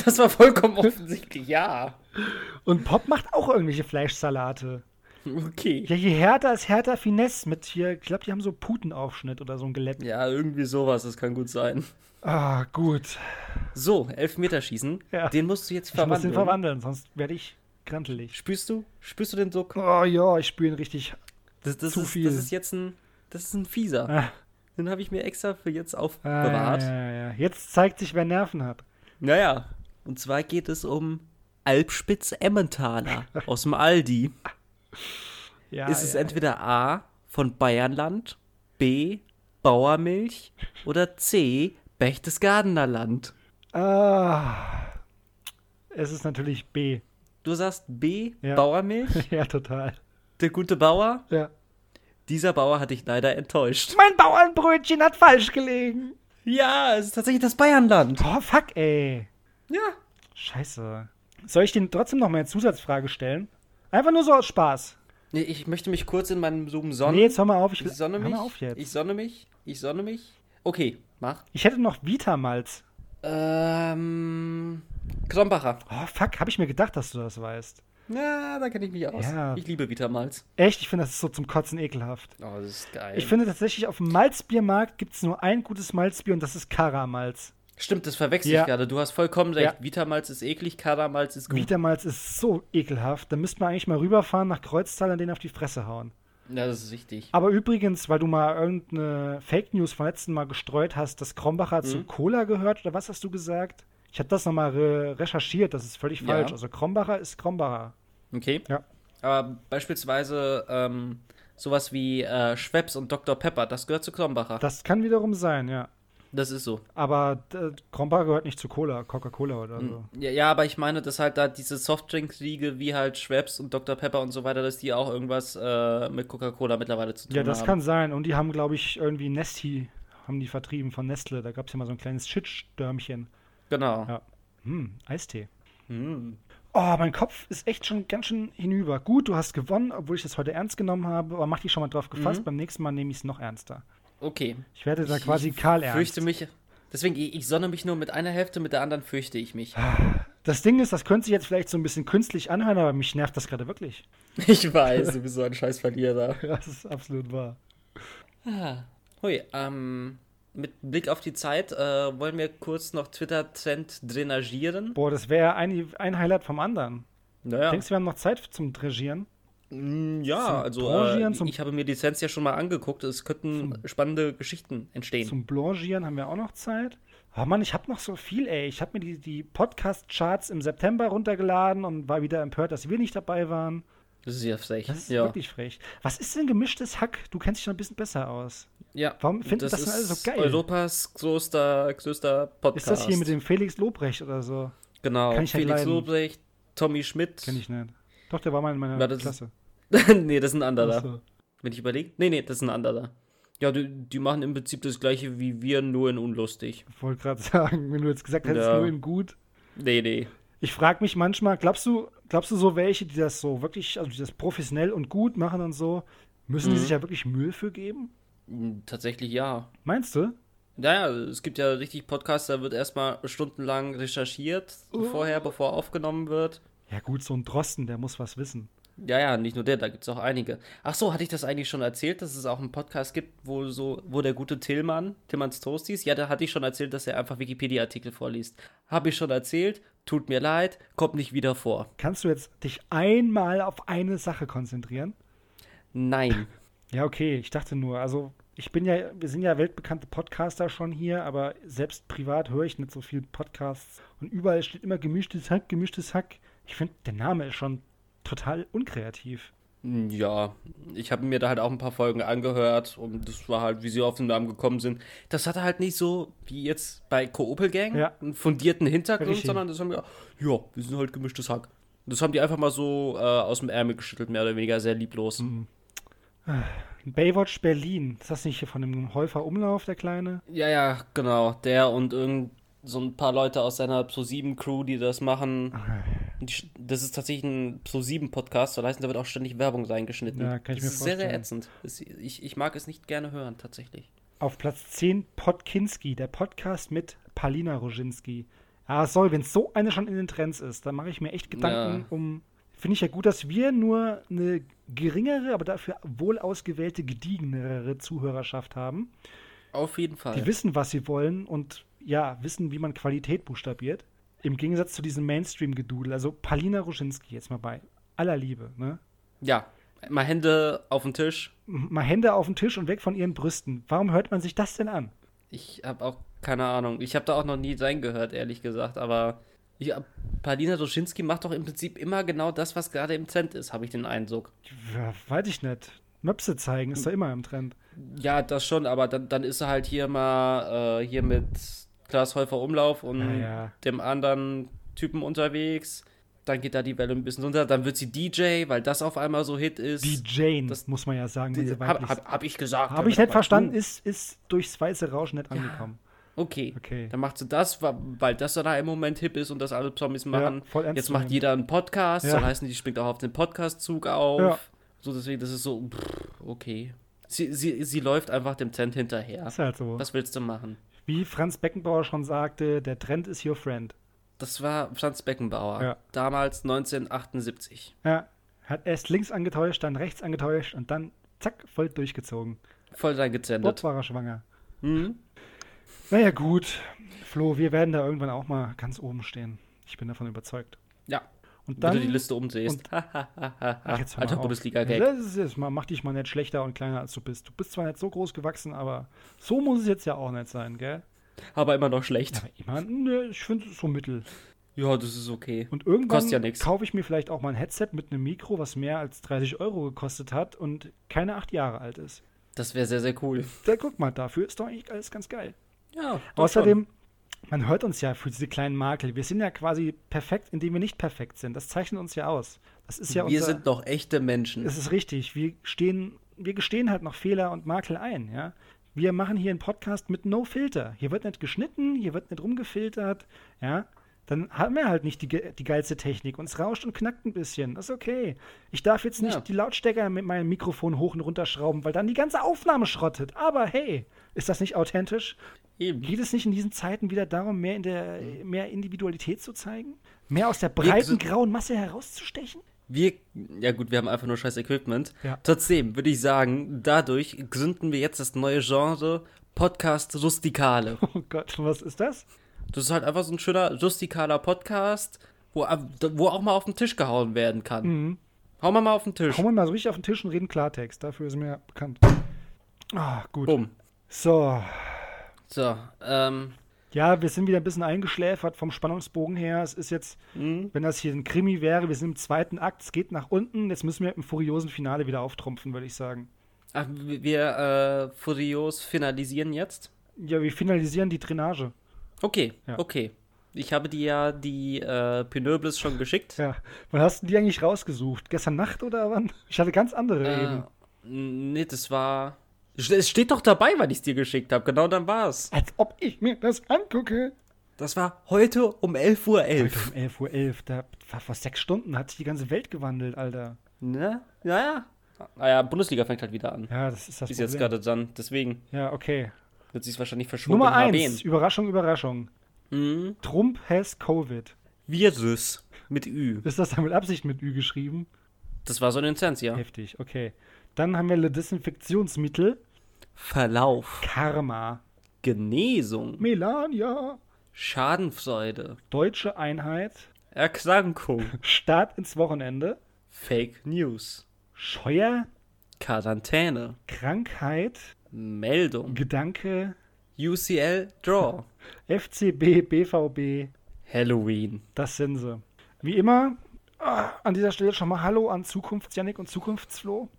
Das war vollkommen
Äh.
offensichtlich. Ja.
Und Pop macht auch irgendwelche Fleischsalate.
Okay.
Ja, hier Hertha ist Hertha Finesse mit hier, ich glaube, die haben so Putenaufschnitt oder so ein Gelett.
Ja, irgendwie sowas. Das kann gut sein.
Ah, gut.
So, Elfmeterschießen.
Ja.
Den musst du jetzt
Ich muss
verwandeln.
den verwandeln, sonst werde ich krantelig.
Spürst du? Spürst du den Druck?
Oh ja, ich spüre ihn richtig.
Das, das,
Zu
ist,
viel.
das ist jetzt ein, das ist ein fieser.
Ah,
Den habe ich mir extra für jetzt
ah, ja,
aufbewahrt.
ja, ja. Jetzt zeigt sich, wer Nerven hat.
Naja, und zwar geht es um Alpspitz Emmentaler aus dem Aldi.
Ja,
ist es
Ah, ja.
entweder A von Bayernland, B Bauermilch oder C Bechtesgadener Land?
Ah, es ist natürlich B.
Du sagst B
Ja.
Bauermilch,
ja, total.
der gute Bauer.
Ja.
Dieser Bauer hat dich leider enttäuscht.
Mein Bauernbrötchen hat falsch gelegen.
Ja, es ist tatsächlich das Bayernland.
Oh, fuck, ey.
Ja.
Scheiße. Soll ich den trotzdem noch mal eine Zusatzfrage stellen? Einfach nur so aus Spaß.
Nee, ich möchte mich kurz in meinem Zoom sonnen.
nee, jetzt hör mal auf. Ich,
ich sonne
hör
mich.
mal auf jetzt.
Ich sonne mich. Ich sonne mich. Okay, mach.
Ich hätte noch Vitamalz.
Ähm. Krombacher.
Oh, fuck, habe ich mir gedacht, dass du das weißt.
Ja, da kenne ich mich aus.
Ja.
Ich liebe Vitamalz.
Echt, ich finde, das ist so zum Kotzen ekelhaft.
Oh, das ist geil.
Ich finde tatsächlich, auf dem Malzbiermarkt gibt es nur ein gutes Malzbier und das ist Karamalz.
Stimmt, das verwechsel
Ja.
ich gerade. Du hast vollkommen recht.
Ja.
Vitamalz ist eklig, Karamalz ist gut.
Vitamalz ist so ekelhaft. Da müsste man eigentlich mal rüberfahren nach Kreuztal und denen auf die Fresse hauen.
ja, das ist richtig.
Aber übrigens, weil du mal irgendeine Fake News vom letzten Mal gestreut hast, dass Krombacher
Mhm.
zu Cola gehört oder was hast du gesagt? Ich habe das nochmal re recherchiert, das ist völlig
Ja.
falsch. Also Krombacher ist Krombacher.
Okay.
Ja.
Aber beispielsweise ähm, sowas wie äh, Schweppes und Dr. Pepper, das gehört zu Krombacher. Das,
Das kann wiederum sein, ja.
ist so.
Aber äh, Krombacher gehört nicht zu Cola, Coca-Cola
Mhm.
oder so.
Ja, ja, aber ich meine, dass halt da diese Softdrink-Riege wie halt Schweppes und Dr. Pepper und so weiter, dass die auch irgendwas äh, mit Coca-Cola mittlerweile zu tun
Ja, das
haben.
kann sein. Und die haben, glaube ich, irgendwie Nesti, haben die vertrieben von Nestle. Da gab es ja mal so ein kleines Shitstürmchen.
Genau.
Ja. Hm, Eistee.
Hm.
Oh, mein Kopf ist echt schon ganz schön hinüber. Gut, du hast gewonnen, obwohl ich das heute ernst genommen habe. Aber mach dich schon mal drauf gefasst. Beim nächsten Mal nehme ich es noch ernster.
Okay.
Mhm. Ich werde da
Ich-
quasi Karl
Ich
ernst.
fürchte mich. Deswegen, ich, ich sonne mich nur mit einer Hälfte, mit der anderen fürchte ich mich.
Das Ding ist, das könnte sich jetzt vielleicht so ein bisschen künstlich anhören, aber mich nervt das gerade wirklich.
Ich weiß, du bist so ein scheiß Verlierer.
Das ist absolut wahr.
Ah. Hui, ähm, mit Blick auf die Zeit äh, wollen wir kurz noch Twitter-Trend drainagieren.
Boah, das wäre ein, ein Highlight vom anderen.
Naja,
Denkst du, wir haben noch Zeit zum Dreschieren?
Mm, ja,
Zum
also
Brangieren,
äh,
zum-
ich habe mir die Lizenz ja schon mal angeguckt. Es könnten spannende Geschichten entstehen.
Zum Blanchieren haben wir auch noch Zeit. Oh Mann, ich habe noch so viel, ey. Ich habe mir die, die Podcast-Charts im September runtergeladen und war wieder empört, dass wir nicht dabei waren.
Das ist ja frech.
Das ist
ja.
wirklich frech. Was ist denn gemischtes Hack? Du kennst dich noch ein bisschen besser aus.
ja.
Warum finden das
das
denn alle so
ist
geil?
Europas größter, größter Podcast.
Ist das hier mit dem Felix Lobrecht oder so?
Genau.
Kann ich nicht
Felix
leiden.
Lobrecht, Tommy Schmidt.
Kenn ich nicht. Doch, der war mal in meiner
Ja, das ist-
Klasse.
nee, das ist ein anderer.
Ach so.
Wenn ich überlege. Nee, nee, das ist ein anderer. Ja, die, die machen im Prinzip das gleiche wie wir, nur in unlustig.
Ich wollte gerade sagen, wenn du jetzt gesagt hättest,
Ja.
nur in gut.
Nee, nee.
Ich frage mich manchmal, glaubst du, glaubst du so welche, die das so wirklich, also die das professionell und gut machen und so,
Mhm.
müssen die sich ja wirklich Mühe für geben?
Hm, Tatsächlich ja.
Meinst du?
Naja, es gibt ja richtig Podcasts, da wird erstmal stundenlang recherchiert vorher, bevor aufgenommen wird.
Ja gut, so ein Drosten, der muss was wissen.
Ja, ja, nicht nur der, da gibt es auch einige. Ach so, hatte ich das eigentlich schon erzählt, dass es auch einen Podcast gibt, wo so, wo der gute Tillmann, Tillmanns Toasties, ja, da hatte ich schon erzählt, dass er einfach Wikipedia-Artikel vorliest. Habe ich schon erzählt, tut mir leid, kommt nicht wieder vor.
Kannst du jetzt dich einmal auf eine Sache konzentrieren?
Nein.
Ja, okay, ich dachte nur, also ich bin ja, wir sind ja weltbekannte Podcaster schon hier, aber selbst privat höre ich nicht so viel Podcasts und überall steht immer gemischtes Hack, gemischtes Hack. Ich finde, der Name ist schon total unkreativ.
Ja, ich habe mir da halt auch ein paar Folgen angehört und das war halt, wie sie auf den Namen gekommen sind. Das hatte halt nicht so, wie jetzt bei Koopel Gang,
Ja.
einen fundierten Hintergrund,
Richtig.
sondern das haben wir, ja, wir sind halt gemischtes Hack. Und Das haben die einfach mal so äh, aus dem Ärmel geschüttelt, mehr oder weniger sehr lieblos.
Mhm. Baywatch Berlin, ist das nicht hier von dem Häufer Umlauf, der Kleine?
Ja, ja, genau. Der und irgend so ein paar Leute aus seiner Pro7-Crew, die das machen.
Ah.
Und die sch- Das ist tatsächlich ein Pro7-Podcast, das heißt, da wird auch ständig Werbung reingeschnitten.
Ja, kann ich
das
mir
ist sehr, sehr
vorstellen.
ätzend. Das, ich, ich mag es nicht gerne hören, tatsächlich.
Auf Platz 10 Podkinski, der Podcast mit Palina Roginski. Ah, es soll, wenn es so eine schon in den Trends ist, dann mache ich mir echt Gedanken
Ja.
um. Finde ich ja gut, dass wir nur eine geringere, aber dafür wohl ausgewählte, gediegenere Zuhörerschaft haben.
Auf jeden Fall.
Die wissen, was sie wollen und ja, wissen, wie man Qualität buchstabiert. Im Gegensatz zu diesem Mainstream-Gedudel. Also Palina Roginski jetzt mal bei aller Liebe. Ne?
Ja, mal Hände auf den Tisch.
M- Mal Hände auf den Tisch und weg von ihren Brüsten. Warum hört man sich das denn an?
Ich habe auch keine Ahnung. Ich habe da auch noch nie reingehört, ehrlich gesagt. Aber ich, Paulina Doschinski macht doch im Prinzip immer genau das, was gerade im Trend ist, habe ich den Eindruck.
Ja, weiß ich nicht. Möpse zeigen ist doch immer im Trend.
Ja, das schon, aber dann, dann ist er halt hier mal äh, hier mit Klaas Häufer Umlauf und
Ja, ja.
dem anderen Typen unterwegs. Dann geht da die Welle ein bisschen runter. Dann wird sie DJ, weil das auf einmal so Hit ist.
Die Jane,
das-
muss man ja sagen, wenn sie
Habe
weiblich
hab, hab ich Oh. gesagt.
Habe ich
hör
nicht
mal
verstanden,
zu.
ist, ist durchs weiße Rauschen nicht angekommen.
Okay.
Okay.
Dann macht sie das, wa- weil das dann im Moment hip ist und das alle Promis machen.
voll ernst
Jetzt
zu
macht
nehmen.
jeder einen Podcast,
Ja.
soll heißen, die springt auch auf den Podcast-Zug auf.
Ja.
So, deswegen, das ist so, pff, okay. Sie, sie, sie läuft einfach dem Trend hinterher.
Ist halt so.
Was willst du machen?
Wie Franz Beckenbauer schon sagte, der Trend ist your friend.
Das war Franz Beckenbauer.
Ja.
Damals 1978.
Ja, hat erst links angetäuscht, dann rechts angetäuscht und dann zack, voll durchgezogen.
Voll reingezendet.
Dort war er schwanger.
Hm?
Naja, gut. Flo, wir werden da irgendwann auch mal ganz oben stehen. Ich bin davon überzeugt.
Ja.
Und
Wenn
dann.
du die Liste umdrehst.
Ach, jetzt hör mal
Alter
auf. Ne?
Bundesliga-Gag.
Das ist jetzt mal, mach dich mal nicht schlechter und kleiner, als du bist. Du bist zwar nicht so groß gewachsen, aber so muss es jetzt ja auch nicht sein, gell?
Aber immer noch schlecht.
Aber ich meine, ne, ich finde es ist so mittel.
Ja, das ist okay.
Und irgendwann
Kostet ja nix.
kaufe ich mir vielleicht auch mal ein Headset mit einem Mikro, was mehr als 30 Euro gekostet hat und keine acht Jahre alt ist.
Das wäre sehr, sehr cool.
Da guck mal, dafür ist doch eigentlich alles ganz geil.
Ja. doch
Außerdem, man hört uns ja für diese kleinen Makel. Wir sind ja quasi perfekt, indem wir nicht perfekt sind. Das zeichnet uns ja aus. Das ist ja
schon. Wir
unser,
sind doch echte Menschen.
Es ist richtig. Wir stehen, wir gestehen halt noch Fehler und Makel ein, ja. Wir machen hier einen Podcast mit No Filter. Hier wird nicht geschnitten, hier wird nicht rumgefiltert, ja. Dann haben wir halt nicht die, ge- die geilste Technik. Uns rauscht und knackt ein bisschen. Das ist okay. Ich darf jetzt nicht
Ja.
die Lautstärke mit meinem Mikrofon hoch und runter schrauben, weil dann die ganze Aufnahme schrottet. Aber hey, ist das nicht authentisch?
Eben.
Geht es nicht in diesen Zeiten wieder darum, mehr, in der, mehr Individualität zu zeigen? Mehr aus der breiten, grauen Masse herauszustechen?
Wir, ja gut, wir haben einfach nur scheiß Equipment.
Ja.
Trotzdem würde ich sagen, dadurch gründen wir jetzt das neue Genre Podcast Rustikale.
Oh Gott, was ist das?
Das ist halt einfach so ein schöner rustikaler Podcast, wo, wo auch mal auf den Tisch gehauen werden kann. Hauen wir mal auf den Tisch.
Kommen wir Mhm. mal so richtig auf den Tisch und reden Klartext. Dafür ist mir ja bekannt. Ah, gut.
Bumm.
So.
So, ähm,
Ja, wir sind wieder ein bisschen eingeschläfert vom Spannungsbogen her. Es ist jetzt,
Mhm.
wenn das hier ein Krimi wäre, wir sind im zweiten Akt, es geht nach unten. Jetzt müssen wir im furiosen Finale wieder auftrumpfen, würde ich sagen.
ach, wir äh, furios finalisieren jetzt.
Ja, wir finalisieren die Drainage.
Okay,
Ja.
okay. Ich habe dir ja die äh, Pinöbles schon geschickt.
Ja. Wann hast du die eigentlich rausgesucht? Gestern Nacht oder wann? Ich hatte ganz andere
Äh,
eben.
nee, das war. Es steht doch dabei, wann ich es dir geschickt habe. Genau dann war es.
Als ob ich mir das angucke.
Das war heute um 11.11 Uhr.
Heute um 11.11 Uhr, da war vor sechs Stunden, hat sich die ganze Welt gewandelt, Alter.
Ne? Naja. Naja, Ah, Bundesliga fängt halt wieder an.
Ja, das ist das
ist jetzt
Problem.
gerade dann. Deswegen
Ja, okay.
wird sie es wahrscheinlich verschoben.
Nummer
haben.
1, Überraschung, Überraschung.
Mhm.
Trump has Covid.
Virus mit Ü.
Ist das dann mit Absicht mit Ü geschrieben?
Das war so eine Instanz, ja.
Heftig, okay. Dann haben wir Le Desinfektionsmittel.
Verlauf.
Karma.
Genesung.
Melania.
Schadenfreude.
Deutsche Einheit.
Erkrankung.
Start ins Wochenende.
Fake News.
Scheuer.
Quarantäne.
Krankheit.
Meldung.
Gedanke.
UCL Draw.
FCB, BVB.
Halloween.
Das sind sie. Wie immer, ah, an dieser Stelle schon mal Hallo an Zukunftsjanik und Zukunftsflo.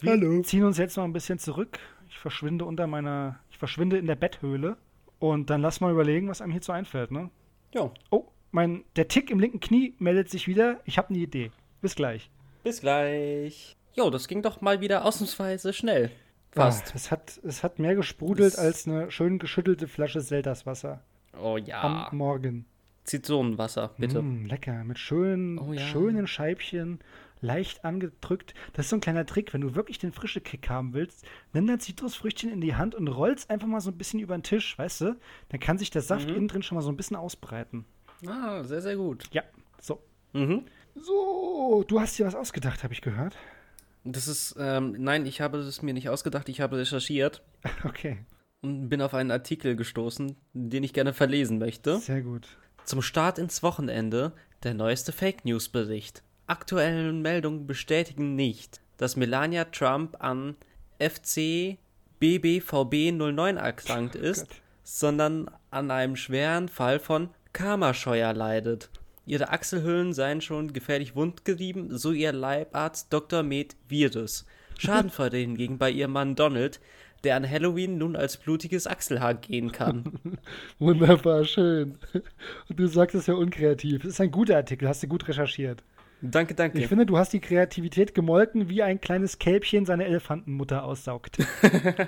Wir
Hallo.
ziehen uns jetzt mal ein bisschen zurück. Ich verschwinde unter meiner, ich verschwinde in der Betthöhle. Und dann lass mal überlegen, was einem hierzu einfällt, ne?
Jo.
Oh, mein, der Tick im linken Knie meldet sich wieder. Ich habe eine Idee. Bis gleich.
Bis gleich. Jo, das ging doch mal wieder ausnahmsweise schnell.
Ah,
Fast.
es, hat, es hat mehr gesprudelt
Es-
als eine schön geschüttelte Flasche Selterswasser
Oh ja.
am Morgen.
Zitronenwasser, bitte.
Mm, lecker, mit schönen,
Oh ja.
schönen Scheibchen, leicht angedrückt. Das ist so ein kleiner Trick, wenn du wirklich den frische Kick haben willst, nimm dein Zitrusfrüchtchen in die Hand und rollst einfach mal so ein bisschen über den Tisch, weißt du? Dann kann sich der Saft
Mhm.
innen drin schon mal so ein bisschen ausbreiten.
Ah, sehr, sehr gut.
Ja, so.
Mhm.
So, du hast dir was ausgedacht, habe ich gehört.
Das ist, ähm, nein, ich habe es mir nicht ausgedacht, ich habe recherchiert
Okay,
und bin auf einen Artikel gestoßen, den ich gerne verlesen möchte.
sehr gut.
Zum Start ins Wochenende der neueste Fake News Bericht. Aktuelle Meldungen bestätigen nicht, dass Melania Trump an FC BBVB 09 erkrankt ist,
Oh Gott.
sondern an einem schweren Fall von Karmascheuer leidet. Ihre Achselhöhlen seien schon gefährlich wundgerieben, so ihr Leibarzt Dr. Med Virus. Schadenfreude hingegen bei ihrem Mann Donald, der an Halloween nun als blutiges Achselhaar gehen kann.
Wunderbar, schön. Und du sagst es ja unkreativ. Es ist ein guter Artikel, hast du gut recherchiert.
Danke, danke.
Ich finde, du hast die Kreativität gemolken, wie ein kleines Kälbchen seine Elefantenmutter aussaugt.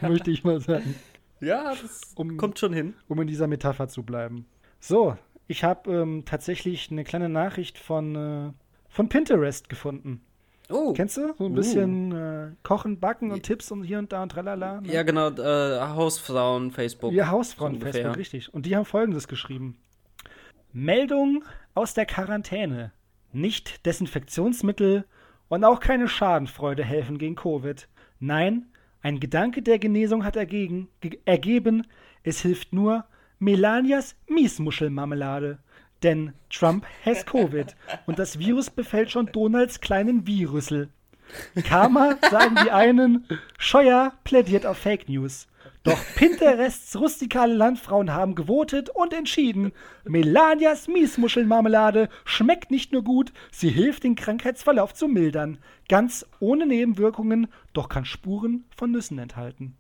Möchte ich mal sagen,
Ja, das
Um-
kommt schon hin.
um in dieser Metapher zu bleiben. So, ich habe ähm, tatsächlich eine kleine Nachricht von, äh, von Pinterest gefunden.
Oh,
Kennst du? So ein
Uh.
bisschen äh, Kochen, Backen und Tipps und hier und da und tralala. Ne?
ja genau, äh, Hausfrauen, Facebook.
Ihr Hausfrauen
ungefähr.
Facebook, richtig. Und die haben folgendes geschrieben. Meldung aus der Quarantäne. Nicht Desinfektionsmittel und auch keine Schadenfreude helfen gegen Covid. Nein, ein Gedanke der Genesung hat ergegen, ge ergeben, es hilft nur Melanias Miesmuschelmarmelade. Denn Trump has Covid und das Virus befällt schon Donalds kleinen Virüssel. Karma sagen die einen, Scheuer plädiert auf Fake News. Doch Pinterests rustikale Landfrauen haben gewotet und entschieden, Melanias Miesmuschelmarmelade schmeckt nicht nur gut, sie hilft den Krankheitsverlauf zu mildern. Ganz ohne Nebenwirkungen, doch kann Spuren von Nüssen enthalten.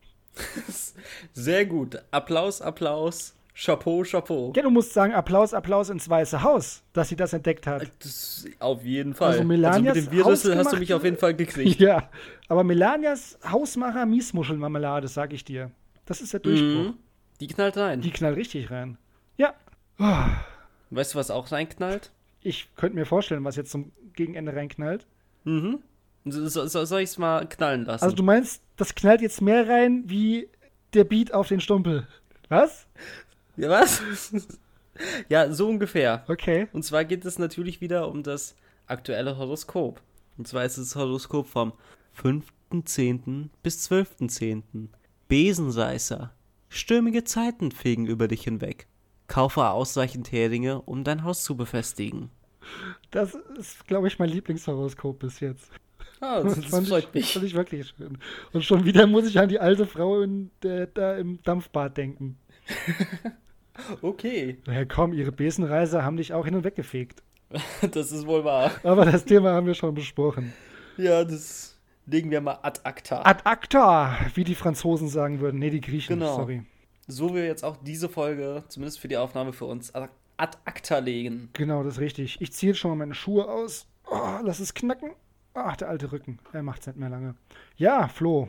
Sehr gut. Applaus, Applaus. Chapeau, Chapeau.
Ja, du musst sagen, Applaus, Applaus ins Weiße Haus, dass sie das entdeckt hat.
Das auf jeden Fall.
Also
mit
Melanias
dem Virüssel hast du
hausgemachte-
mich auf jeden Fall gekriegt.
Ja, aber Melanias Hausmacher Miesmuschelmarmelade, sag ich dir. Das ist der Durchbruch.
Mhm. Die knallt rein.
Die knallt richtig rein. Ja,
Weißt du, was auch reinknallt?
ich könnte mir vorstellen, was jetzt zum Gegenende reinknallt.
Mhm. So, so, so- soll ich es mal knallen lassen?
Also du meinst, das knallt jetzt mehr rein wie der Beat auf den Stumpel. Was?
ja, was? ja, so ungefähr.
Okay.
Und zwar geht es natürlich wieder um das aktuelle Horoskop. Und zwar ist es das Horoskop vom 5.10. bis 12.10. Besenreißer. Stürmige Zeiten fegen über dich hinweg. Kaufe ausreichend Heringe, um dein Haus zu befestigen.
Das ist, glaube ich, mein Lieblingshoroskop bis jetzt.
Ah, das,
fand
das freut
ich,
mich.
Fand ich wirklich schön. Und schon wieder muss ich an die alte Frau in der, da im Dampfbad denken.
Okay,
Naja, komm, ihre Besenreise haben dich auch hin und weg gefegt.
das ist wohl wahr.
Aber das Thema haben wir schon besprochen.
Ja, das legen wir mal ad acta.
Ad acta, wie die Franzosen sagen würden. Nee, die Griechen,
Genau.
sorry.
So wir jetzt auch diese Folge, zumindest für die Aufnahme für uns, ad ad acta legen.
Genau, das ist richtig. Ich ziehe jetzt schon mal meine Schuhe aus. Oh, lass es knacken. Ach, der alte Rücken. Er macht's nicht mehr lange. Ja, Flo.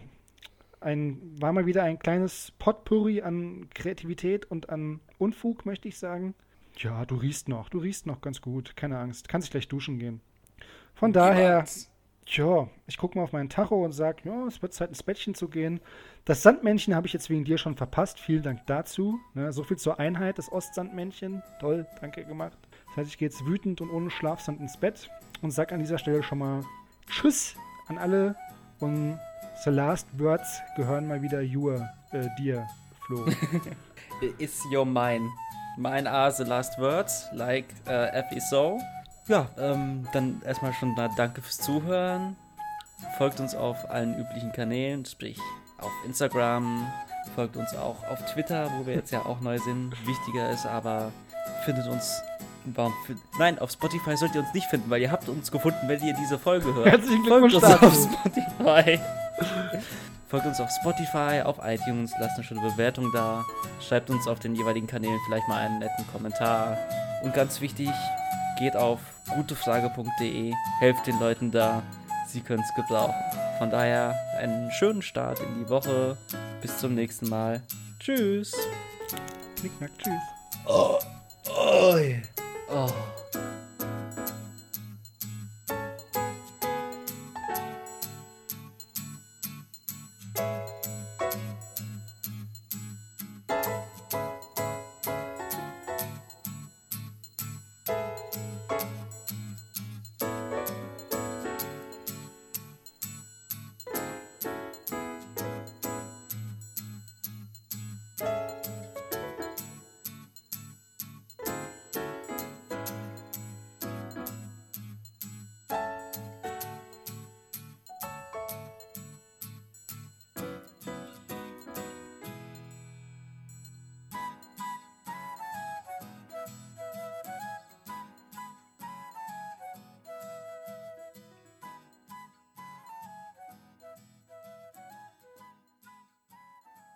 ein, war mal wieder ein kleines Potpourri an Kreativität und an Unfug, möchte ich sagen. Ja, du riechst noch, du riechst noch ganz gut, keine Angst, kannst gleich duschen gehen. Von daher, tja, ich gucke mal auf meinen Tacho und sage, ja, es wird Zeit ins Bettchen zu gehen. Das Sandmännchen habe ich jetzt wegen dir schon verpasst, vielen Dank dazu. Ne, so viel zur Einheit, das Ostsandmännchen, toll, danke gemacht. Das heißt, ich gehe jetzt wütend und ohne Schlafsand ins Bett und sage an dieser Stelle schon mal Tschüss an alle und The Last Words gehören mal wieder your, äh, dir, Flo.
Is your mine. Mine are the last words, like uh, F is so. Ja, ähm, dann erstmal schon mal danke fürs Zuhören. Folgt uns auf allen üblichen Kanälen, sprich auf Instagram. Folgt uns auch auf Twitter, wo wir jetzt ja auch neu sind. Wichtiger ist aber, findet uns. Warum, fin- nein, auf Spotify sollt ihr uns nicht finden, weil ihr habt uns gefunden, wenn ihr diese Folge hört.
Herzlichen Glückwunsch
Folgt uns auf
dazu.
Spotify. Folgt uns auf Spotify, auf iTunes, lasst eine schöne Bewertung da. Schreibt uns auf den jeweiligen Kanälen vielleicht mal einen netten Kommentar. Und ganz wichtig, geht auf gutefrage.de, helft den Leuten da, sie können es gebrauchen. Von daher einen schönen Start in die Woche. Bis zum nächsten Mal. Tschüss.
Knick, knack, tschüss.
Oh.